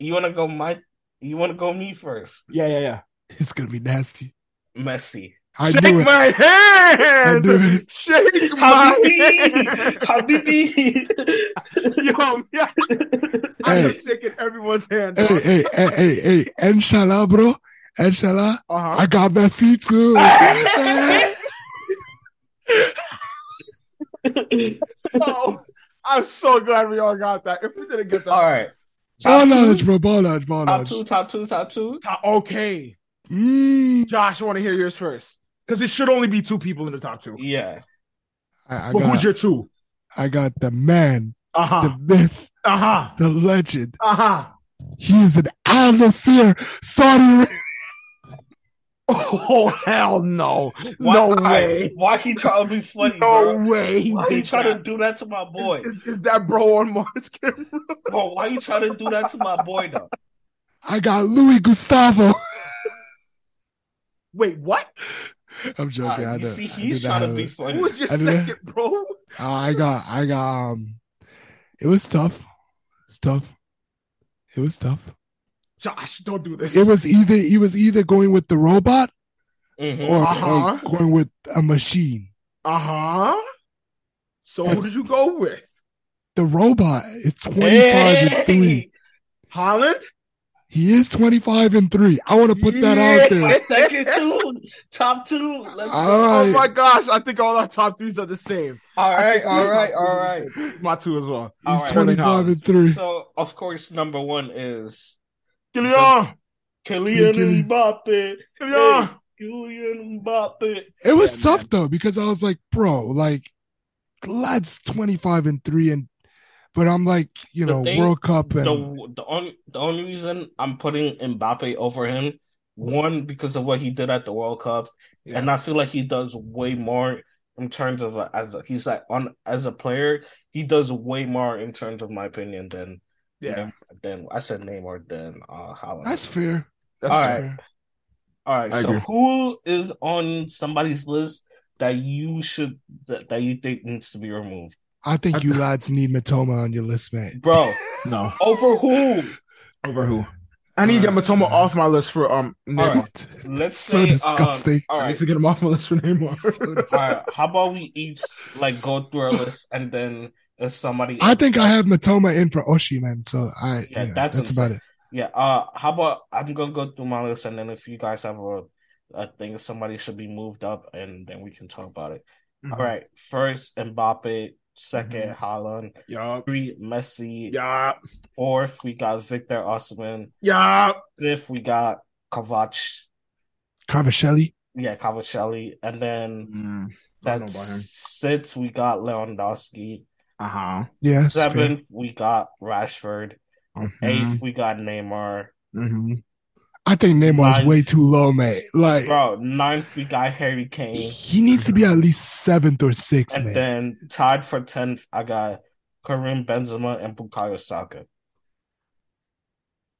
S2: You want to go my? You want to go me first?
S1: Yeah, yeah, yeah.
S3: It's going to be nasty.
S2: Messi.
S3: I
S1: Shake
S3: knew it.
S1: my
S3: I
S1: hand.
S3: knew it.
S1: Shake my
S2: Habibi,
S1: hand.
S2: Habibi.
S1: Yo, yeah. I'm
S3: Hey.
S1: just shaking everyone's hand.
S3: Hey, hey, hey, hey, hey. Inshallah, bro. Inshallah.
S1: Uh-huh.
S3: I got Messi, too.
S1: Oh, I'm so glad we all got that. If we didn't get that,
S2: All right.
S3: ball
S2: Top
S3: knowledge,
S2: two,
S3: bro. Ball knowledge, ball
S2: top
S3: knowledge.
S2: two, top two, top two.
S1: Top- okay.
S3: Mm,
S1: Josh, I want to hear yours first because it should only be two people in the top two.
S2: Yeah.
S3: I, I,
S1: But who's
S3: got,
S1: your two?
S3: I got the man,
S1: Uh
S2: Ah.
S1: huh.
S3: the myth,
S1: Uh huh.
S3: the legend.
S1: Uh huh.
S3: He is an Al Nasir Saudi
S1: Oh hell no!
S2: Why,
S1: no
S2: I-
S1: way!
S2: Why he trying to be funny,
S1: No
S2: bro?
S1: way! he
S2: Why he
S1: did
S2: trying to
S1: that.
S2: do that to my boy?
S1: Is, is that bro on Mars? Kim?
S2: Bro, why you trying to do that to my boy though?
S3: I got Louis Gustavo.
S1: Wait, what?
S3: I'm joking.
S2: Uh,
S3: I
S2: you
S3: know.
S2: see,
S3: I
S2: he's
S3: did not
S2: trying to
S3: have
S2: be
S3: it.
S2: funny.
S1: Who was your
S3: I did that.
S1: second, bro?
S3: Uh, I got. I got. Um, it was tough. It's tough. It was tough.
S1: Josh, don't do this.
S3: It was either he was either going with the robot
S2: Mhm.
S3: or,
S1: Uh-huh.
S3: or going with a machine.
S1: Uh huh. So who did you go with?
S3: The robot is 25 and three.
S2: Hey!
S1: Holland?
S3: He is 25 and three. I want to put that out
S1: Yeah.
S3: there.
S2: My second two, top two. Let's go.
S3: All
S1: Oh
S3: right.
S1: my gosh! I think all our top threes are the same.
S2: All
S1: I
S2: right,
S1: think
S2: all
S1: our
S2: right,
S1: top threes
S2: all right.
S1: are the same. My two as well.
S2: All
S3: He's
S2: right.
S3: 25 and three.
S2: So, of course, number one is
S1: Kylian,
S2: Kylian
S3: Kylian.
S2: Mbappe.
S1: Kylian.
S2: Kylian Mbappe.
S3: It was
S1: Yeah,
S3: tough though because I was like, bro, like, lads, 25 and three, and but I'm like, you
S2: The
S3: know,
S2: thing-
S3: World Cup and
S2: The the only the only reason I'm putting Mbappe over him One because of what he did at the World Cup,
S1: Yeah.
S2: and I feel like he does way more in terms of uh, as a, he's like on as a player, he does way more in terms of my opinion than
S1: Yeah,
S2: than I said Neymar than uh Holland.
S3: That's fair.
S1: that's
S2: All
S3: That's
S2: right.
S3: fair.
S2: All right,
S1: I
S2: so
S1: agree.
S2: who is on somebody's list that you should that, that you think needs to be removed,
S3: I think
S1: I-
S3: you lads need Matoma on your list, man.
S2: bro?
S1: no
S2: over who?
S1: over who. I need to get Matoma off my list for um. Neymar.
S2: Let's
S3: So
S2: say, um,
S3: disgusting.
S2: all
S1: I
S2: right,
S1: need to get him off my list for Neymar.
S3: So dis-
S2: all right. How about we each like go through our list and then if somebody,
S3: I think I have Matoma in for Oshi, man. So I
S2: Yeah,
S3: yeah,
S2: that's
S3: that's,
S2: insane.
S3: about it.
S2: yeah. Uh, how about I'm gonna go through my list and then if you guys have a, a thing, somebody should be moved up and then we can talk about it. All right, first Mbappe, 2nd
S1: Mhm.
S2: Holland,
S1: Yup.
S2: three Messi,
S1: Yup.
S2: fourth we got Victor Osman,
S1: Yup.
S2: fifth we got Kovac,
S3: Carvashelli.
S2: yeah, Cavacelli, and then
S1: Mm, I don't
S2: that's
S1: know about him.
S2: sixth we got Lewandowski,
S1: Uh huh.
S3: Yeah, that's fair.
S2: Seventh, we got Rashford.
S1: Mm-hmm.
S3: Mm-hmm.
S2: 8th we got Neymar.
S3: I think Neymar's
S2: Nine.
S3: way too low, man. Like
S2: Bro, ninth, we got Harry Kane.
S3: he needs to be at least seventh or sixth,
S2: And
S3: man.
S2: then tied for 10th, I got Karim Benzema and Bukayo Saka.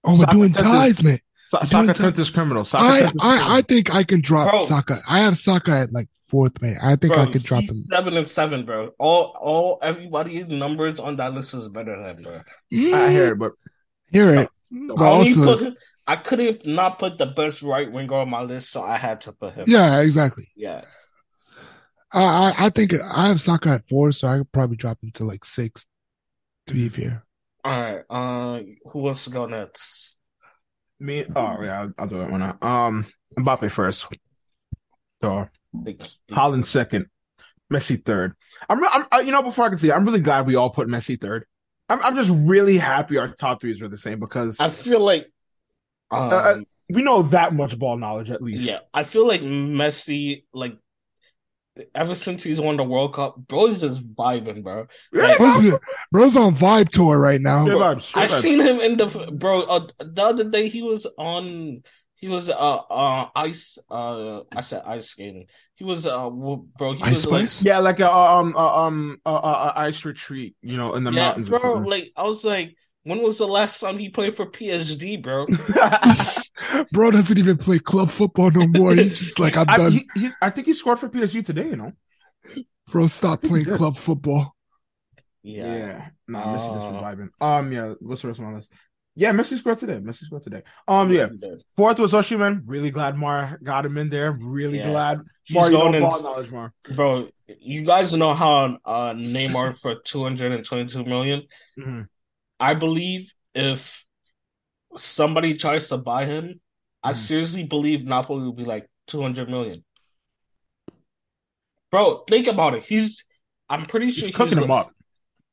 S3: oh, we're
S1: Saka
S3: doing
S1: tenth is-
S3: ties, man.
S1: Saka
S3: Dude,
S1: tenth is criminal. Saka
S3: I,
S1: tenth is
S3: I I think I can drop
S2: Bro.
S3: Saka. I have Saka at like fourth, man. I think
S2: Bro,
S3: I could drop
S2: he's
S3: him.
S2: seven and seven, bro. All all everybody's numbers on that list is better than him, bro.
S1: I mm. hear it, but
S3: Hear it.
S1: no.
S3: But
S2: I only
S3: also,
S2: put I couldn't not put the best right winger on my list, so I had to put him.
S3: yeah, exactly.
S2: Yeah.
S3: I, I I think I have Saka at four, so I could probably drop him to like six, to be fair.
S2: All right. Uh who wants to go next?
S1: me. Oh yeah, I'll, I'll do it. Why not? Um, Mbappe first. So Holland second. Messi third. I'm, re- I'm I- you know before I can see, I'm really glad we all put Messi third. I'm I'm just really happy our top threes were the same because
S2: I feel like um,
S1: uh, we know that much ball knowledge at least.
S2: yeah, I feel like Messi like ever since he's won the World Cup, bro's just vibing, bro.
S1: Yeah,
S3: Bro's, bro's on vibe tour right now.
S1: Good vibes, good
S2: I've
S1: vibes.
S2: seen him in the bro uh, the other day he was on he was uh uh ice uh I said ice skating. He was uh w- bro he was
S3: Ice
S2: like
S3: Spice?
S1: Yeah, like a um a, um a, a, a ice retreat, you know, in the
S2: yeah,
S1: mountains. or
S2: bro,
S1: something.
S2: like I was like when was the last time he played for PSG, bro?
S3: Bro doesn't even play club football no more. He's just like, I'm
S1: I,
S3: done.
S1: he, he, I think he scored for PSG today. You know.
S3: Bro, stop
S1: he
S3: playing
S1: did.
S3: club football.
S1: Nah, Messi just
S2: Uh.
S1: been vibing. Um, yeah. What's the rest of my list? Yeah, Messi scored today. Messi scored today. Um, yeah. Fourth was Oshiman. Really glad Mar got him in there. Really
S2: Yeah.
S1: glad.
S2: He's
S1: Mar, you
S2: going
S1: know
S2: in-
S1: ball knowledge, Mar.
S2: Bro, you guys know how uh Neymar for 222 million.
S1: Mhm.
S2: I believe if somebody tries to buy him, I
S1: Mhm.
S2: seriously believe Napoli will be like 200 million. Bro, think about it. He's I'm pretty
S1: He's
S2: sure he's
S1: cooking
S2: the-
S1: him up.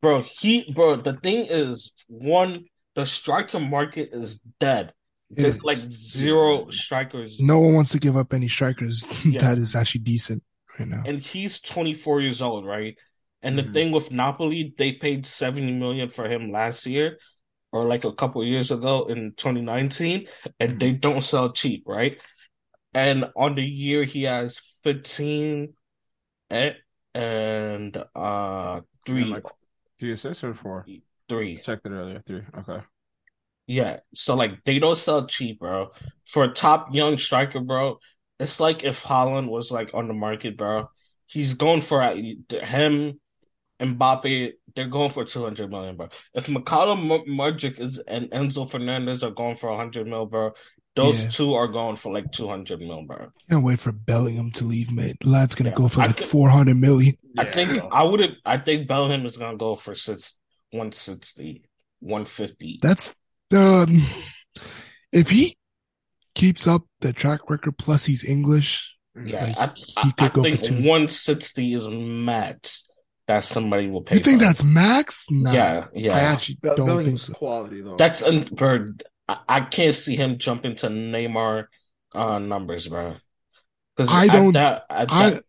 S2: Bro, he bro, the thing is one, the striker market is dead.
S3: It
S2: There's
S3: is.
S2: like zero strikers.
S3: No one wants to give up any strikers
S2: Yeah.
S3: that is actually decent right now.
S2: and he's 24 years old, right? And the
S1: Mhm.
S2: thing with Napoli, they paid 70 million for him last year or like a couple years ago in 2019, and they don't sell cheap, right? And on the year he has 15 and, and uh three
S1: And, like, three assists or four?
S2: three.
S1: Checked it earlier. Three. Okay.
S2: Yeah. So like they don't sell cheap, bro. For a top young striker, bro, it's like if Holland was like on the market, bro. He's going for uh, him, Mbappe. They're going for two hundred million, bro. If Mikhailo Mudrik is and Enzo Fernandez are going for hundred mil, bro. Those
S3: Yeah.
S2: two are going for like two hundred mil, bro.
S3: Can't wait for Bellingham to leave, man. Lad's gonna
S2: Yeah,
S3: go for
S2: I
S3: like
S2: could-
S3: four hundred million.
S2: I think I would have. I think Bellingham is gonna go for six, 160, 150.
S3: That's um, if he keeps up the track record. Plus, he's English.
S1: Mm-hmm.
S2: Yeah,
S3: Like,
S2: I,
S3: he
S2: I,
S3: could
S2: I
S3: go for
S2: think
S3: two.
S2: 160 is max that somebody will pay.
S3: You think
S2: for.
S3: that's max? Nah,
S2: yeah,
S3: I
S2: yeah.
S3: actually
S1: Be-
S3: don't think
S1: Bellingham's
S3: so.
S1: quality though.
S2: That's un- bro, I, I can't see him jump into Neymar uh, numbers, bro. Because
S3: I don't-
S2: That, at
S3: I
S2: that,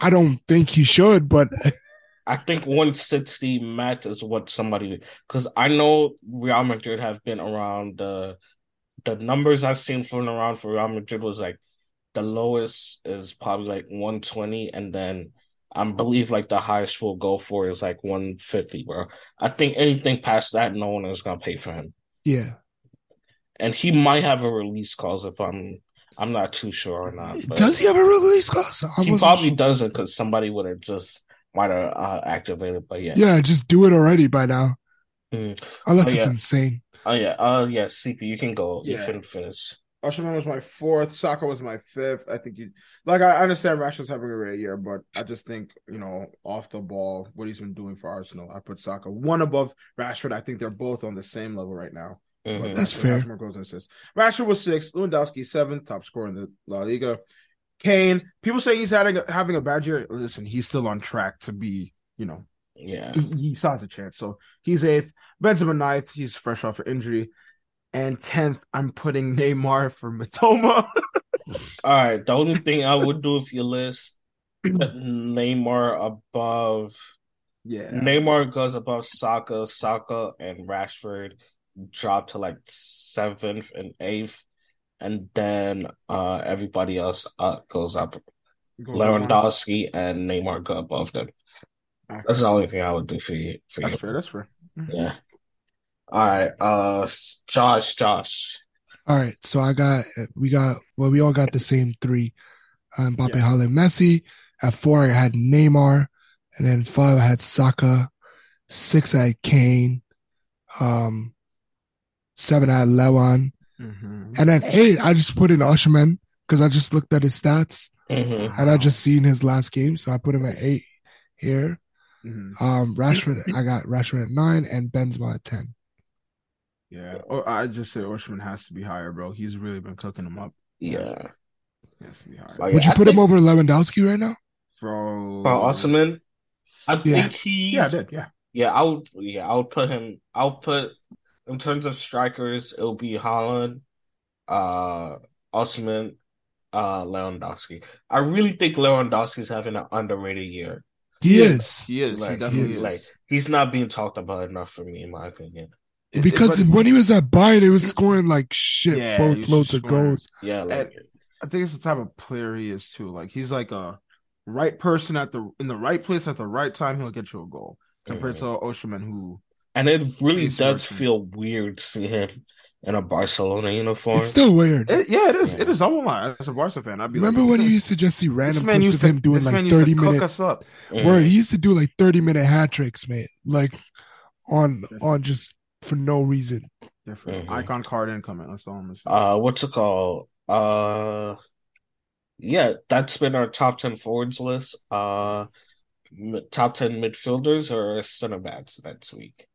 S3: I don't think he should, but
S2: I think 160 max is what somebody. Because I know Real Madrid have been around the the numbers I've seen floating around for Real Madrid was like the lowest is probably like 120, and then I believe like the highest we'll go for is like 150, bro. I think anything past that, no one is gonna pay for him,
S3: Yeah.
S2: and he might have a release clause if I'm I'm not too sure or not. but-
S3: Does he have a release clause? I
S2: He
S3: wasn't
S2: probably
S3: sure.
S2: doesn't because somebody would have just might have uh, activated. But yeah,
S3: Yeah, just do it already by now.
S2: Mm.
S3: Unless
S2: Oh,
S3: it's
S2: yeah.
S3: insane.
S2: oh yeah, oh yeah. CP, you can go. You
S1: Yeah.
S2: can finish.
S1: Usherman was my fourth. Saka was my fifth. I think you like. I understand Rashford's having a great year, but I just think you know off the ball what he's been doing for Arsenal. I put Saka one above Rashford. I think they're both on the same level right now.
S2: Mhm.
S1: But
S3: That's
S1: Rashford
S3: fair.
S1: has more goals and assists. Rashford was sixth. Lewandowski seventh, top scorer in the La Liga. Kane. People say he's having a, having a bad year. Listen, he's still on track to be. You know,
S2: Yeah.
S1: he, he still has a chance. So he's eighth. Benzema ninth. He's fresh off an injury. And tenth, I'm putting Neymar for Matoma.
S2: All right. The only thing I would do if you list Neymar above
S1: yeah.
S2: Neymar goes above Saka, Saka and Rashford drop to like seventh and eighth, and then uh everybody else uh, goes up.
S1: Goes on.
S2: Lewandowski and Neymar go above them.
S1: Okay.
S2: That's the only thing I would do for you. For you.
S1: That's fair. That's fair.
S2: Yeah. All right. Uh, s- Josh, Josh.
S3: All right. So I got we got well, we all got the same three. Um Mbappe
S1: Yeah.
S3: Haaland Messi. At four I had Neymar. And then five I had Saka. Six I had Kane. Um seven I had Lewan.
S1: Mm-hmm.
S3: And then eight, I just put in Usherman because I just looked at his stats
S2: Mhm.
S3: and I just seen his last game. So I put him at eight here.
S1: Mhm.
S3: Um, Rashford, I got Rashford at nine and Benzema at 10.
S1: Yeah. Or I just say Oshman has to be higher, bro. He's really been cooking him up.
S2: Yeah.
S1: He has to be higher.
S2: Like,
S3: Would you
S2: I
S3: put him
S2: think-
S3: over Lewandowski right now?
S1: Bro.
S2: For Osman, I think he.
S1: Yeah, I did. Yeah.
S2: yeah, I would. Yeah, I would put him. I'll put in terms of strikers. It'll be Holland, uh, Osman, uh, Lewandowski. I really think Lewandowski's having an underrated year.
S3: He,
S1: He
S3: is.
S1: He is. he
S2: Like,
S1: definitely
S2: he's
S1: is.
S2: like he's not being talked about enough for me, in my opinion.
S1: It- it-
S3: Because
S1: but
S3: when he was at Bayern, he was scoring like shit,
S1: Yeah, he
S3: both
S1: was
S3: loads of
S1: scoring.
S3: goals.
S2: Yeah, like
S1: I think it's the type of player he is too. Like he's like a right person at the in the right place at the right time, he'll get you a goal. Compared to Oshman who
S2: And it really
S1: He's
S2: does
S1: working.
S2: feel weird seeing him in a Barcelona uniform.
S3: It's still weird.
S1: it, yeah, it is. It is. I won't lie. As a Barca fan, I'd be
S3: Remember
S1: like,
S3: when you used to just see random
S1: this man
S3: clips
S1: used
S3: of
S1: to
S3: him doing
S1: this man
S3: like
S1: used to
S3: 30
S1: cook
S3: minute
S1: us up.
S2: Mhm.
S3: word? He used to do like 30 minute hat tricks, man. Like on on just for no reason.
S1: Different.
S2: Mhm.
S1: Icon card incoming. That's all I'm gonna say.
S2: Uh, what's it called? Uh, yeah, that's been our top ten forwards list. Uh, m- top ten midfielders or center backs next week.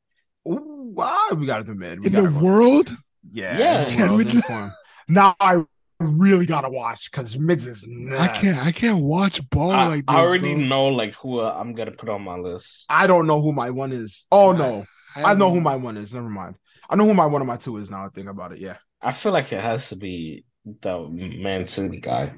S1: Ooh, wow, we got to do mid. We
S3: In the
S1: gotta go-
S3: world,
S1: Yeah.
S2: Yeah.
S1: in the
S3: Can
S1: world,
S3: we
S1: in
S3: do-
S1: form. Now I really got to watch because mids is nuts.
S3: I can't I can't watch ball
S2: I,
S3: like this.
S2: I already
S3: bro.
S2: know like who uh, I'm gonna put on my list.
S1: I don't know who my one is. Oh, no. I know
S3: don't-
S1: who my one is. Never mind. I know who my one and my two is now. I think about it. Yeah.
S2: I feel like it has to be the Man City guy.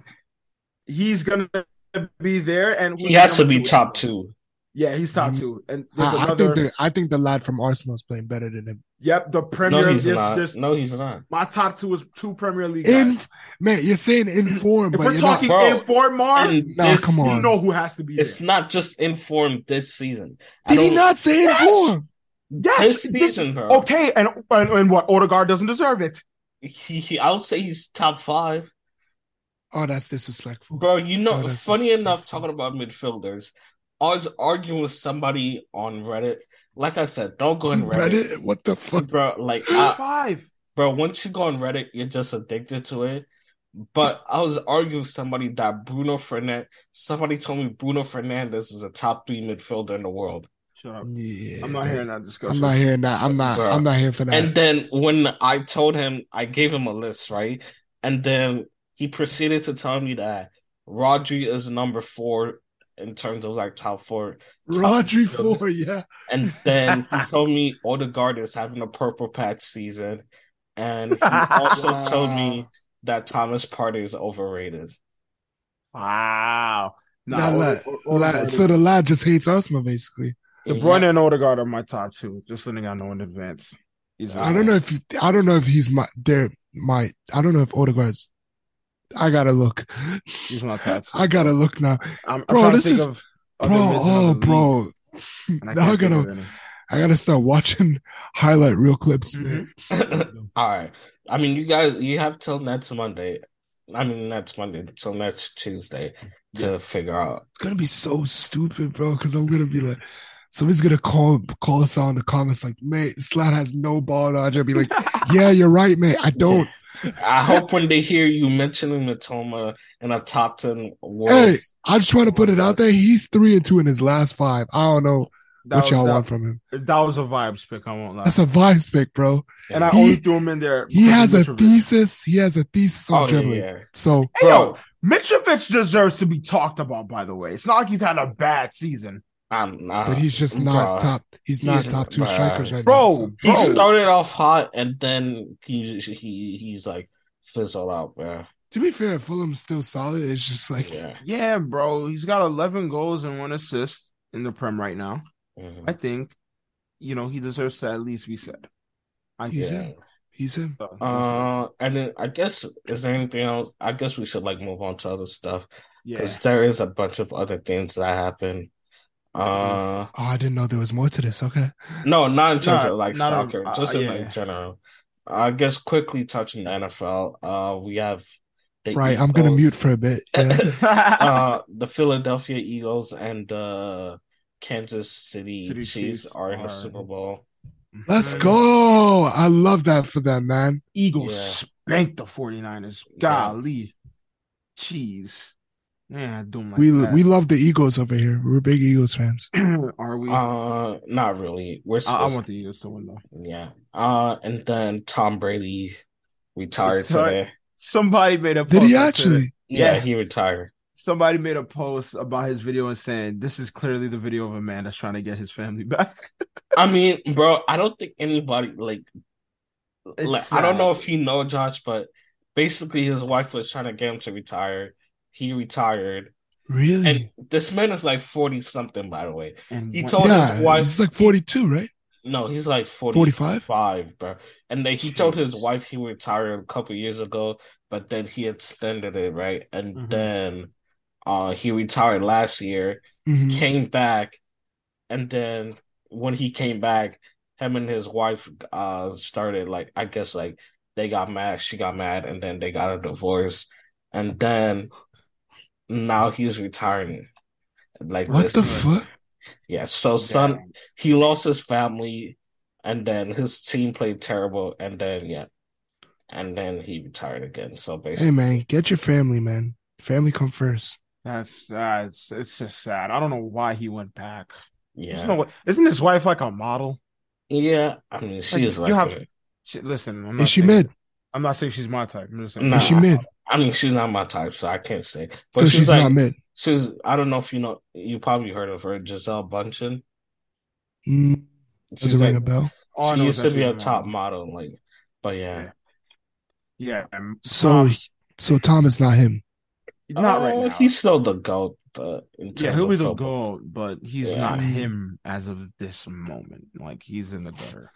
S1: He's going to be there. and who's
S2: He has to
S1: number
S2: be
S1: two?
S2: top two.
S1: Yeah, he's top two. And there's
S3: I, I
S1: another.
S3: think the I think the lad from Arsenal is playing better than him.
S1: Yep. The
S2: No,
S1: Premier.
S2: he's
S1: this,
S2: not.
S1: this,
S2: No, he's not.
S1: my top two is two Premier League.
S3: In
S1: guys.
S3: man, you're saying in form,
S1: If
S3: but
S1: we're
S3: you're
S1: talking
S2: Bro.
S1: in form, Mar,
S2: And
S3: Nah,
S2: this-
S3: Oh, come
S1: you
S3: on.
S1: know who has to be there.
S2: It's not just informed this season.
S3: not, did he
S2: don't-
S3: not say in
S1: Yes!
S3: form?
S1: Yes.
S2: This
S1: this-
S2: season, bro.
S1: okay. And, and, and what? Odegaard doesn't deserve it.
S2: He, he, I would say he's top five,
S3: Oh, that's disrespectful.
S2: bro. You know,
S3: Oh, that's
S2: funny
S3: disrespectful.
S2: enough, talking about midfielders, I was arguing with somebody on Reddit. Like I said, don't go on Reddit,
S3: Reddit, what the fuck?
S2: bro. Like,
S1: Top
S2: I,
S1: five.
S2: bro, once you go on Reddit, you're just addicted to it. But I was arguing with somebody that Bruno Fernandez. Somebody told me Bruno Fernandez is a top three midfielder in the world.
S1: Shut up.
S3: Yeah,
S1: I'm not
S3: man.
S1: hearing that discussion.
S3: I'm not hearing that. I'm not.
S2: Bro.
S3: I'm not here for that.
S2: And then when I told him, I gave him a list, right? And then he proceeded to tell me that Rodri is number four in terms of like top four.
S3: Rodri four, yeah.
S2: And then he told me Odegaard is having a purple patch season. And he also told me that Thomas Partey is overrated.
S1: Wow. Nah,
S3: That
S1: Ode-
S3: lad-
S1: Ode-
S3: lad-
S1: Odegaard-
S3: so the lad just hates Arsenal, basically.
S1: De Bruyne and Odegaard are my top two. Just letting I know in advance. Easily.
S3: I don't know if you, I don't know if he's my. They're my I don't know if Odegaard's. I gotta look.
S1: He's not touched.
S3: I gotta look now,
S1: I'm, I'm
S3: Bro,
S1: trying to
S3: this
S1: think
S3: is-
S1: of
S3: bro.
S1: other mids in
S3: Oh,
S1: other leagues,
S3: bro.
S1: and I
S3: now I
S1: can't think
S3: gotta
S1: of any.
S3: I gotta start watching highlight reel clips. man.
S1: Mm-hmm.
S2: All right. I mean, you guys, you have till next Monday. I mean, next Monday, till next Tuesday to figure out.
S3: It's gonna be so stupid, bro. Because I'm gonna be like, somebody's gonna call call us out in the comments, like, mate, Slat has no ball knowledge. I'll be like, yeah, you're right, mate. I don't.
S2: I hope when they hear you mentioning Matoma in a top 10 world.
S3: Hey, I just want to put it out there. He's three and two in his last five. I don't know
S1: That
S3: what
S1: was-
S3: y'all
S1: that, Uh,
S3: want from him.
S1: That was a vibes pick. I won't lie.
S3: That's a vibes pick, bro.
S1: and I
S3: He-
S1: only threw him in there.
S3: He
S1: because
S3: has
S1: of
S3: a
S1: Mitrovic.
S3: thesis. He has a thesis on
S2: oh, yeah,
S3: dribbling.
S2: yeah.
S3: So
S1: Hey, yo,
S2: Bro.
S1: Mitrovic deserves to be talked about. By the way, it's not like he's had a bad season,
S2: I'm not.
S3: but he's just not
S2: Bro.
S3: top. He's not
S2: Uh, He's-
S3: top two
S2: bro.
S3: strikers right now.
S1: bro.
S3: so.
S2: He
S1: bro.
S2: started off hot and then he, he he's like fizzled out, bro.
S3: To be fair, Fulham's still solid. It's just like
S2: Yeah.
S1: Yeah, bro. He's got 11 goals and one assist in the Prem right now.
S2: Mhm.
S1: I think, you know, he deserves to at least be said. I
S3: He's
S1: think.
S2: Yeah.
S3: in. Oh, he's him.
S1: So, that's what it is.
S2: Uh, and then I guess is there anything else? I guess we should like move on to other stuff because
S1: yeah.
S2: there is a bunch of other things that happen. Uh,
S3: Oh, I didn't know there was more to this. Okay.
S2: no, not in terms
S1: Mm-hmm. Not-
S2: of like
S1: not on-
S2: soccer,
S1: uh,
S2: just in
S1: yeah,
S2: like
S1: yeah.
S2: general. I guess quickly touching the NFL. Uh, we have the
S3: Right. I'm gonna
S2: Eagles-
S3: mute for a bit. Yeah.
S1: Um,
S2: Uh, the Philadelphia Eagles and uh Kansas City,
S1: City
S2: Chiefs,
S1: Chiefs
S2: are in the
S1: are-
S2: Super Bowl.
S3: Let's go. I love that for them, man.
S1: Eagles
S2: Yeah.
S1: spanked the 49ers.
S2: Yeah.
S1: Golly. Jeez. Man, I don't like
S3: we
S1: that.
S3: we love the Eagles over here. We're big Eagles fans.
S1: Are we?
S2: Uh, not really.
S1: I,
S2: We're
S1: I
S2: supposed
S1: want the Eagles to win, though.
S2: Yeah. Uh, and then Tom Brady retired
S1: Retired?
S2: today.
S1: Somebody made a post.
S3: Did he
S1: that said-
S3: actually?
S2: Yeah,
S1: Yeah.
S2: he retired.
S1: Somebody made a post about his video and saying, this is clearly the video of a man that's trying to get his family back.
S2: I mean, bro, I don't think anybody like,
S1: It's
S2: like I don't
S1: sad.
S2: know if you know Josh, but basically his wife was trying to get him to retire. He retired,
S3: Really?
S2: and this man is like forty something, by the way.
S1: And
S2: He
S1: one-
S2: told
S3: yeah,
S2: his wife-
S3: he's like 42, right?
S2: No, he's like
S3: 45?
S2: 45, bro. And then he told his
S1: Jeez.
S2: wife he retired a couple years ago, but then he extended it, right? And
S3: Mm-hmm.
S1: Mhm.
S2: then uh he retired last year.
S3: Mhm.
S2: came back, and then when he came back, him and his wife uh started like I guess like they got mad, she got mad, and then they got a divorce, and then now he's retiring. Like
S3: What
S2: this
S3: the
S2: year.
S3: fuck?
S2: Yeah, so "Oh, son, he lost his family, and then his team played terrible, and then yeah, and then he retired again. So
S3: Hey
S2: basically,
S3: man, get your family, man. Family come first.
S1: That's uh, it's, it's just sad. I don't know why he went back. There's
S2: yeah,
S1: no way- isn't his wife like a model?
S2: yeah. I mean, she's
S1: you
S2: like,
S1: have- She, listen, I'm not
S3: Is she
S1: saying,
S3: mid?
S1: I'm not saying she's my type. I'm just saying
S2: nah,
S3: Is she mid?
S2: I mean, she's not my type, so I can't say. But
S3: So
S2: she's,
S3: she's
S2: like,
S3: not mid.
S2: she's. I don't know if you know. You probably heard of her, Giselle Bundchen.
S3: Mm, does
S2: She's
S3: it ring
S2: like,
S3: a bell?
S1: All Oh, I
S2: she
S1: know
S2: used
S1: is
S2: to
S1: that
S2: be
S1: she's
S2: a top model, like. But yeah,
S1: Yeah, um,
S3: So
S1: Tom-
S3: so Tom is not him.
S1: not right
S2: Uh,
S1: now.
S2: He's still the goat, but in
S1: yeah,
S2: terms
S1: he'll
S2: of
S1: be the
S2: football.
S1: goat, but he's
S2: Yeah.
S3: Mm.
S1: not him as of this moment. Like he's in the gutter.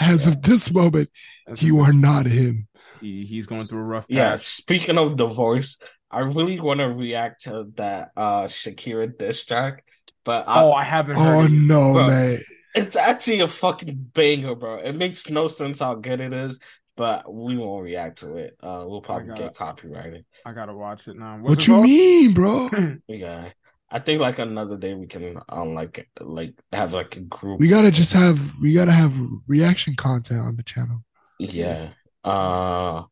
S3: As of this moment,
S1: As
S3: you
S1: of
S3: are
S1: this-
S3: not him.
S1: He, he's going through a rough
S2: Yeah,
S1: patch.
S2: speaking of divorce, I really want to react to that uh Shakira diss track, but I,
S1: Oh, I haven't heard.
S3: Oh
S1: it yet.
S3: no,
S2: Bro.
S3: man.
S2: it's actually a fucking banger, bro. It makes no sense how good it is, but we won't react to it. Uh we'll probably
S1: got
S2: get
S1: it.
S2: copyrighted.
S1: I gotta watch it now. What's
S3: What
S1: it
S3: you
S1: called?
S3: mean, bro?
S2: Yeah. I think like another day we can um like like have like a group
S3: We gotta just have we gotta have reaction content on the channel.
S2: yeah. Uh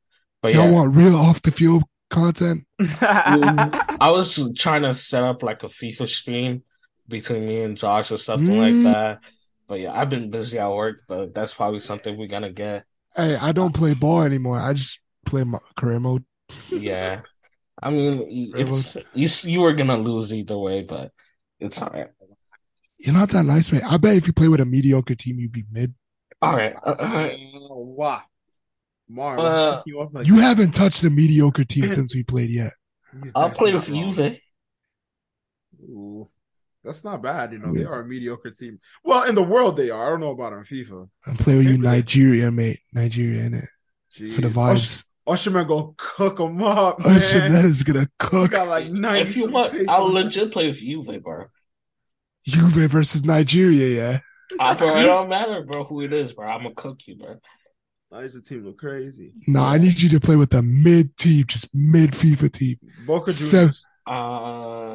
S2: but
S3: Y'all
S2: yeah.
S3: want real off the field content? Mm.
S2: I was trying to set up like a FIFA stream between me and Josh or something like
S3: Mm.
S2: that. But yeah, I've been busy at work, but that's probably something we're gonna get.
S3: Hey, I don't play ball anymore. I just play my career mode.
S2: Yeah. I mean, it's you you were gonna lose either way, but it's all right.
S3: You're not that nice, man. I bet if you play with a mediocre team, you'd be mid.
S2: All right.
S1: Why? Mark,
S2: Uh,
S1: you up like
S3: You
S1: that?
S3: haven't touched a mediocre team since we played yet.
S1: Yeah,
S2: I'll
S1: that's
S2: play
S1: not
S2: with
S1: wrong.
S2: Juve.
S1: Ooh, that's not bad. You know, they are a mediocre team. Well, in the world, they are. I don't know about on FIFA.
S3: I play with you,
S1: Maybe they-
S3: Nigeria, mate. Nigeria in it. for the
S1: Jeez. Oh,
S3: vibes.
S1: Usher man go cook him up, man.
S3: Usher man is gonna
S1: He
S3: cook
S1: got like ninety.
S2: If Oh, you want,
S1: pace
S2: I'll
S1: on-
S2: legit play with Juve, bro.
S3: Juve versus Nigeria. Yeah,
S2: I, bro, it don't matter, bro, who it is, bro. I'm gonna cook you, bro.
S1: Nice, the team look crazy.
S3: no, I need you to play with a mid team, just mid FIFA team.
S1: Boca
S3: So-
S1: Juniors.
S2: Uh,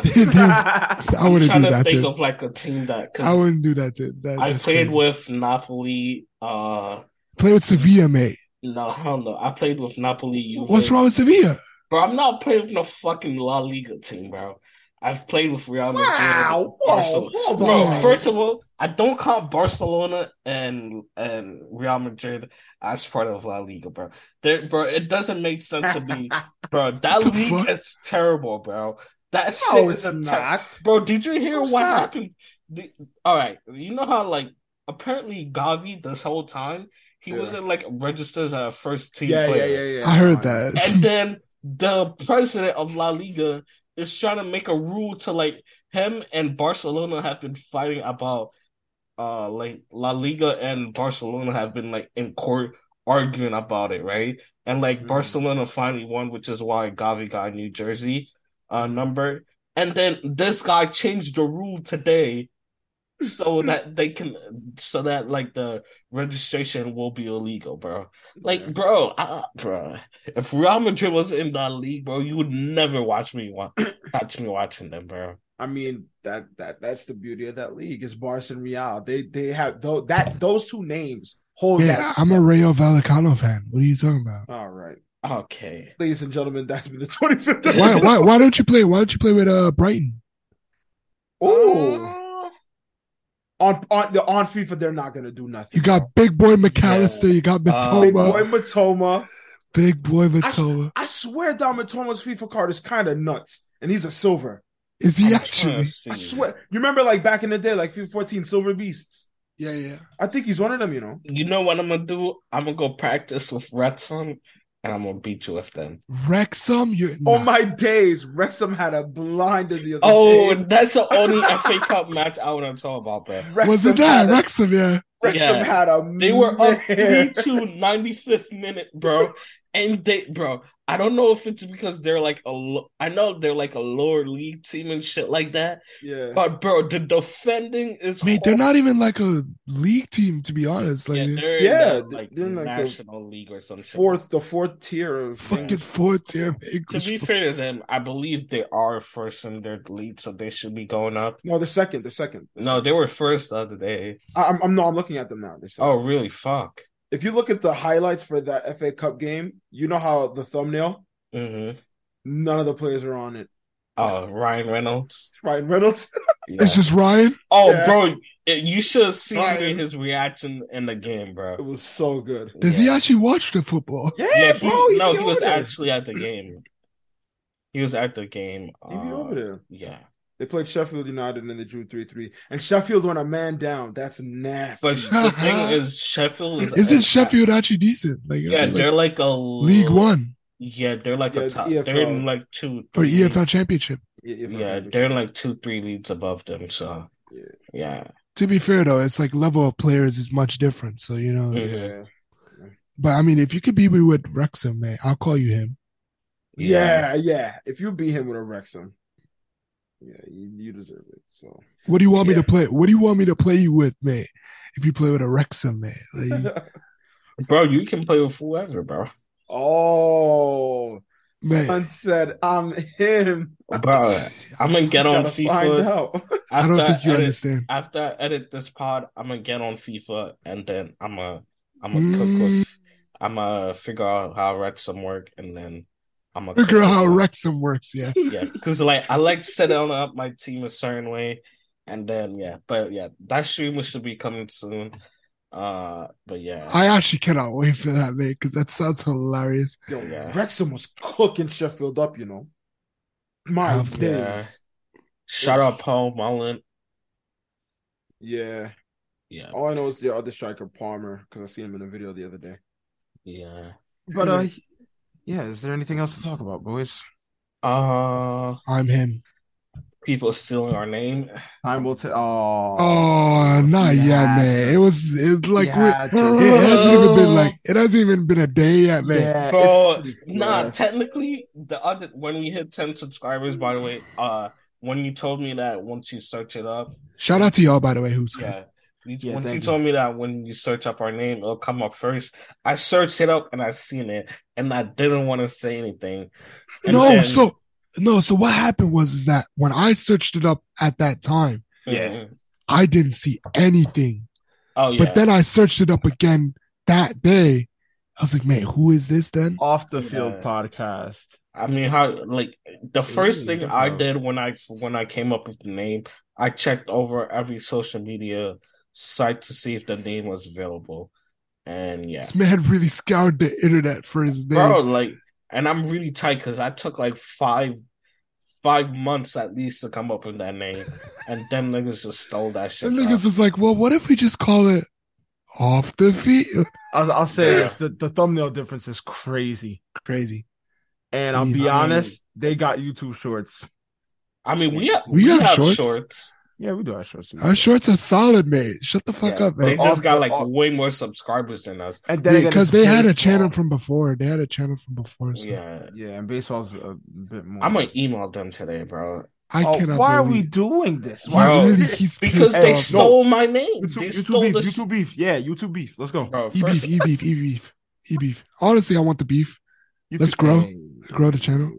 S3: I wouldn't do
S2: trying to
S3: that
S2: think
S3: to.
S2: of like a team that. 'cause
S3: I wouldn't do that to. That,
S2: I
S3: that's
S2: played
S3: crazy.
S2: with Napoli. Uh,
S3: play with Sevilla, mate.
S2: no, I don't know. I played with Napoli. Juve.
S3: What's wrong with Sevilla?
S2: bro? I'm not playing with no fucking La Liga team, bro. I've played with Real Madrid,
S1: Wow, whoa,
S2: Barcelona.
S1: hold
S2: Bro,
S1: on.
S2: first of all, I don't count Barcelona and and Real Madrid as part of La Liga, bro. They're, bro, it doesn't make sense to me, bro. That
S3: The
S2: league
S3: fuck?
S2: is terrible, bro. That shit
S1: no, it's
S2: is a ter-
S1: not.
S2: Bro, did you hear
S1: It's
S2: what
S1: not.
S2: happened? The, all right, you know how like apparently Gavi this whole time he
S1: Yeah.
S2: wasn't like registered as a first team
S1: Yeah, yeah,
S2: player,
S1: yeah, yeah.
S3: I
S1: Fine.
S3: heard that.
S2: and then the president of La Liga is trying to make a rule to like him and Barcelona have been fighting about uh like La Liga and Barcelona have been like in court arguing about it, right? And like
S1: Mhm.
S2: Barcelona finally won, which is why Gavi got a New Jersey uh number. And then this guy changed the rule today so that they can so that like the registration will be illegal, bro. Like,
S1: Yeah.
S2: bro, I, bro, if Real Madrid was in that league, bro, you would never watch me wa- watch me watching them, bro.
S1: I mean that that that's the beauty of that league is Barca and Real. They they have though that those two names hold
S3: Yeah,
S1: that.
S3: I'm a Rayo Vallecano fan. What are you talking about?
S1: All right,
S2: Okay.
S1: ladies and gentlemen, that's been the twenty fifth.
S3: Why, why, why don't you play? Why don't you play with uh Brighton?
S1: Ooh,
S2: Oh.
S1: on on the on FIFA, they're not gonna do nothing.
S3: You got big boy McAllister. You got
S2: Uh,
S1: Oh. big
S3: Matoma.
S1: boy Matoma.
S3: big boy
S1: I s-
S3: Matoma.
S1: I swear, Don Matoma's FIFA card is kind of nuts, and he's a silver.
S3: Is he
S2: I'm trying
S3: actually?
S2: to see.
S1: I swear. You remember like back in the day, like FIFA fourteen, silver beasts.
S3: Yeah, yeah.
S1: I think he's one of them. You know.
S2: You know what I'm gonna do? I'm gonna go practice with Redson, and I'm gonna beat you with them.
S3: Wrexham. You.
S1: Oh
S3: nah.
S1: my days! Wrexham had a blind in the other
S2: Oh,
S1: day.
S2: that's the only FA Cup match I want to talk about, bro.
S3: Was
S1: Wrexham
S3: it that
S1: had a-
S3: Wrexham? Yeah.
S1: Wrexham
S2: Yeah.
S1: had a
S2: They were up
S1: mare.
S2: three to ninety fifth minute, bro. And they, bro, I don't know if it's because they're like a, lo- I know they're like a lower league team and shit like that,
S1: Yeah.
S2: but bro, the defending is.
S3: Mate, they're not even like a league team to be honest. Like
S2: Oh. Yeah,
S3: they're
S2: they're
S1: Yeah,
S2: in the,
S1: they-
S2: like,
S1: they're in, like, the
S2: national league or something.
S1: Fourth, the fourth tier of
S3: fucking four tier
S2: To
S3: English.
S2: be fair to them, I believe they are first in their league, so they should be going up.
S1: No, they're second. They're second.
S2: No, they were first the other day.
S1: I, I'm, I'm no, I'm looking at them now. They're second.
S2: Oh, really? Fuck.
S1: If you look at the highlights for that FA Cup game, you know how the thumbnail.
S2: hmm
S1: None of the players are on it.
S2: Oh, Ryan Reynolds.
S1: Ryan Reynolds.
S2: Yeah.
S3: It's just Ryan.
S2: oh,
S1: Yeah.
S2: bro, you should have seen
S1: Ryan.
S2: his reaction in the game,
S1: It
S2: bro.
S1: was so good.
S3: Does
S2: Yeah.
S3: he actually watch the football?
S1: Yeah,
S2: Yeah, he-
S1: bro. He
S2: no,
S1: be
S2: he
S1: over
S2: was
S1: there.
S2: actually at the game. He was at the game.
S1: He be
S2: uh,
S1: over there.
S2: Yeah,
S1: They played Sheffield United and they drew three three. And Sheffield went a man down. That's nasty.
S2: but the thing is, Sheffield is
S3: Isn't Sheffield actually decent? Like,
S2: Yeah,
S3: like,
S2: they're like a
S3: League One
S2: Yeah, they're like
S1: Yeah, E
S2: a top.
S1: EFL.
S2: They're in like two
S3: or E
S2: three-
S3: EFL Championship.
S1: yeah, if I
S2: Yeah,
S1: remember.
S2: they're in like two, three leagues above them. So
S1: Yeah.
S2: yeah,
S3: To be fair though, it's like level of players is much different. So you know,
S2: Yeah.
S3: it's-
S1: yeah.
S3: but I mean, if you could be with Wrexham, man, I'll call you him.
S1: Yeah, yeah. If you beat him with a Wrexham, yeah, you, you deserve it. So
S3: What do you want me
S2: Yeah.
S3: to play? What do you want me to play you with, man? If you play with a Wrexham, man, like,
S2: bro, you can play with whoever, bro.
S1: oh,
S3: man,
S1: Sun said I'm him.
S2: Bro, I'm gonna get on
S1: Gotta find
S2: FIFA
S1: out.
S3: I don't
S2: after
S3: think you
S2: edit,
S3: understand.
S2: After I edit this pod, I'm gonna get on FIFA and then I'm a I'm a cook
S3: Mm,
S2: with I'm a figure out how Wrexham work and then I'm a
S3: figure out how Wrexham works. Yeah,
S2: Yeah, because like I like setting up my team a certain way, and then yeah, but yeah, that stream should be coming soon. Uh, but yeah,
S3: I actually cannot wait for that, man, because that sounds hilarious.
S1: Yo,
S2: Yeah.
S1: Wrexham was cooking Sheffield up. You know, my
S3: Yeah.
S1: days.
S2: shout out Paul Mullen.
S1: Yeah.
S2: Yeah,
S1: All I know is the other striker Palmer because I seen him in a video the other day.
S2: yeah.
S1: But uh, yeah. Is there anything else to talk about, boys?
S2: Uh,
S3: I'm him.
S2: people stealing our name.
S1: Time will tell. Oh,
S3: Oh, not
S1: You
S3: yet,
S1: had
S3: man.
S1: to.
S3: It was it,
S1: You
S3: like we-
S1: had to.
S3: it hasn't even been like it hasn't even been a day yet, man.
S1: yeah,
S2: Bro,
S1: it's pretty cool.
S2: nah, technically the other when we hit 10 subscribers, by the way, uh when you told me that once you search it up,
S3: Shout out to y'all, by the way, who's
S2: yeah. You,
S1: Yeah,
S2: once you,
S1: thank you.
S2: told me that when you search up our name, it'll come up first. I searched it up and I seen it and I didn't want to say anything. And
S3: no.
S2: then-
S3: so no. So what happened was is that when I searched it up at that time,
S1: Yeah.
S3: I didn't see anything.
S2: Oh yeah.
S3: But then I searched it up again that day. I was like, man, who is this then?
S1: off the field
S2: Yeah.
S1: podcast.
S2: I mean, how like the first
S1: Ooh,
S2: thing
S1: that's
S2: I
S1: how-
S2: did when I when I came up with the name, I checked over every social media site to see if the name was available, and yeah,
S3: This man really scoured the internet for his name.
S2: bro, like, and I'm really tight because I took like five five months at least to come up with that name, and then niggas just stole that shit.
S3: and
S2: bro.
S3: niggas was like, well, what if we just call it off the field?
S1: I'll, I'll say
S2: Yeah.
S1: this: the, the thumbnail difference is crazy.
S3: Crazy.
S1: And I'll
S3: Yeah.
S1: be
S2: I mean-
S1: honest, they got YouTube Shorts.
S2: I mean, we have,
S3: We
S2: we,
S3: have
S2: have
S3: shorts.
S2: shorts.
S1: Yeah, we do have shorts.
S3: Our shorts are solid, mate. Shut the fuck
S2: Yeah,
S3: up,
S2: They
S3: man.
S1: But
S2: just
S1: off-
S2: got like
S1: off-
S2: way more subscribers than us.
S1: and then again,
S3: Because
S1: it's
S3: they had a
S1: baseball.
S3: channel from before. They had a channel from before. So
S2: Yeah.
S1: Yeah, and baseball's a bit more.
S2: I'm gonna email them today, bro.
S3: I
S1: Oh,
S3: cannot.
S1: why are we
S3: believe.
S1: doing this?
S3: He's
S1: Why
S2: Wow.
S1: are we-
S3: really he's
S2: Because
S3: pissed
S2: they
S1: no.
S3: off.
S2: stole my name.
S1: YouTube,
S2: they
S1: YouTube
S2: stole
S1: beef,
S2: the sh-
S1: YouTube beef. Yeah, YouTube beef. Let's go.
S2: Bro,
S3: E beef,
S2: first,
S3: e beef, e beef, e beef. Honestly, I want the beef.
S1: YouTube,
S3: Let's grow.
S1: Hey.
S3: Grow the channel.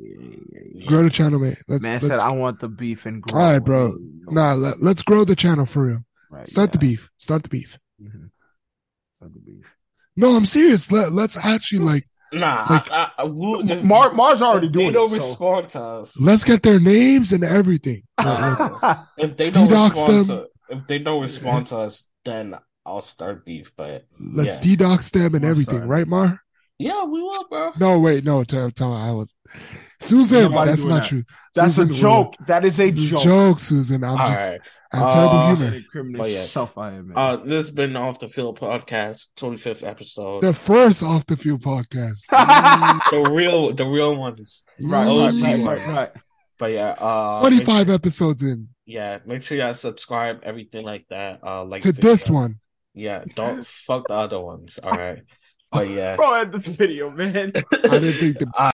S3: Grow the channel, mate. Let's,
S1: Man
S3: let's
S1: said, "I want the beef and grow."
S3: All right, bro. nah. Let, let's grow the channel for real.
S1: Right,
S3: Start the
S1: yeah.
S3: beef. Start the beef.
S1: Mhm. Start the beef.
S3: No, I'm serious. Let, let's actually like
S2: nah,
S3: Like-
S2: I, I, I, we- if-
S1: Mar- Mar's
S2: if
S1: already
S2: They
S1: doing
S2: don't
S1: it. So.
S2: respond to us.
S3: let's get their names and everything. Let- let's-
S2: if they don't
S3: Detox
S2: respond,
S3: them.
S2: to, if they don't respond to us, then I'll start beef. But
S3: Let's
S2: Yeah.
S3: dedox them and
S1: I'm
S3: everything,
S1: sorry.
S3: right, Mar?
S2: yeah, we will, bro.
S3: No, wait, no, tell, tell I was Susan.
S1: Nobody
S3: that's
S1: doing
S3: not
S1: that.
S3: true.
S1: That's a
S3: Susan,
S1: joke. That is a
S3: It's
S1: joke.
S3: Susan. I'm
S2: All
S3: just
S2: right.
S3: I have terrible
S2: Uh,
S3: humor.
S1: Incriminate
S2: Oh, yeah.
S1: yourself, I am. man.
S2: Uh, this has been off the field podcast, twenty fifth episode.
S3: The first off the field podcast.
S2: the real, the real ones.
S1: right,
S2: OG
S1: right, right, right,
S2: works.
S1: right.
S2: But yeah, uh, make-
S3: Twenty five episodes in
S2: yeah, make sure y'all subscribe, everything like that. Uh, like
S3: to
S2: the video.
S3: this one.
S2: Yeah, don't fuck the other ones. All right, but yeah.
S1: Bro, end this video, man.
S3: I didn't think the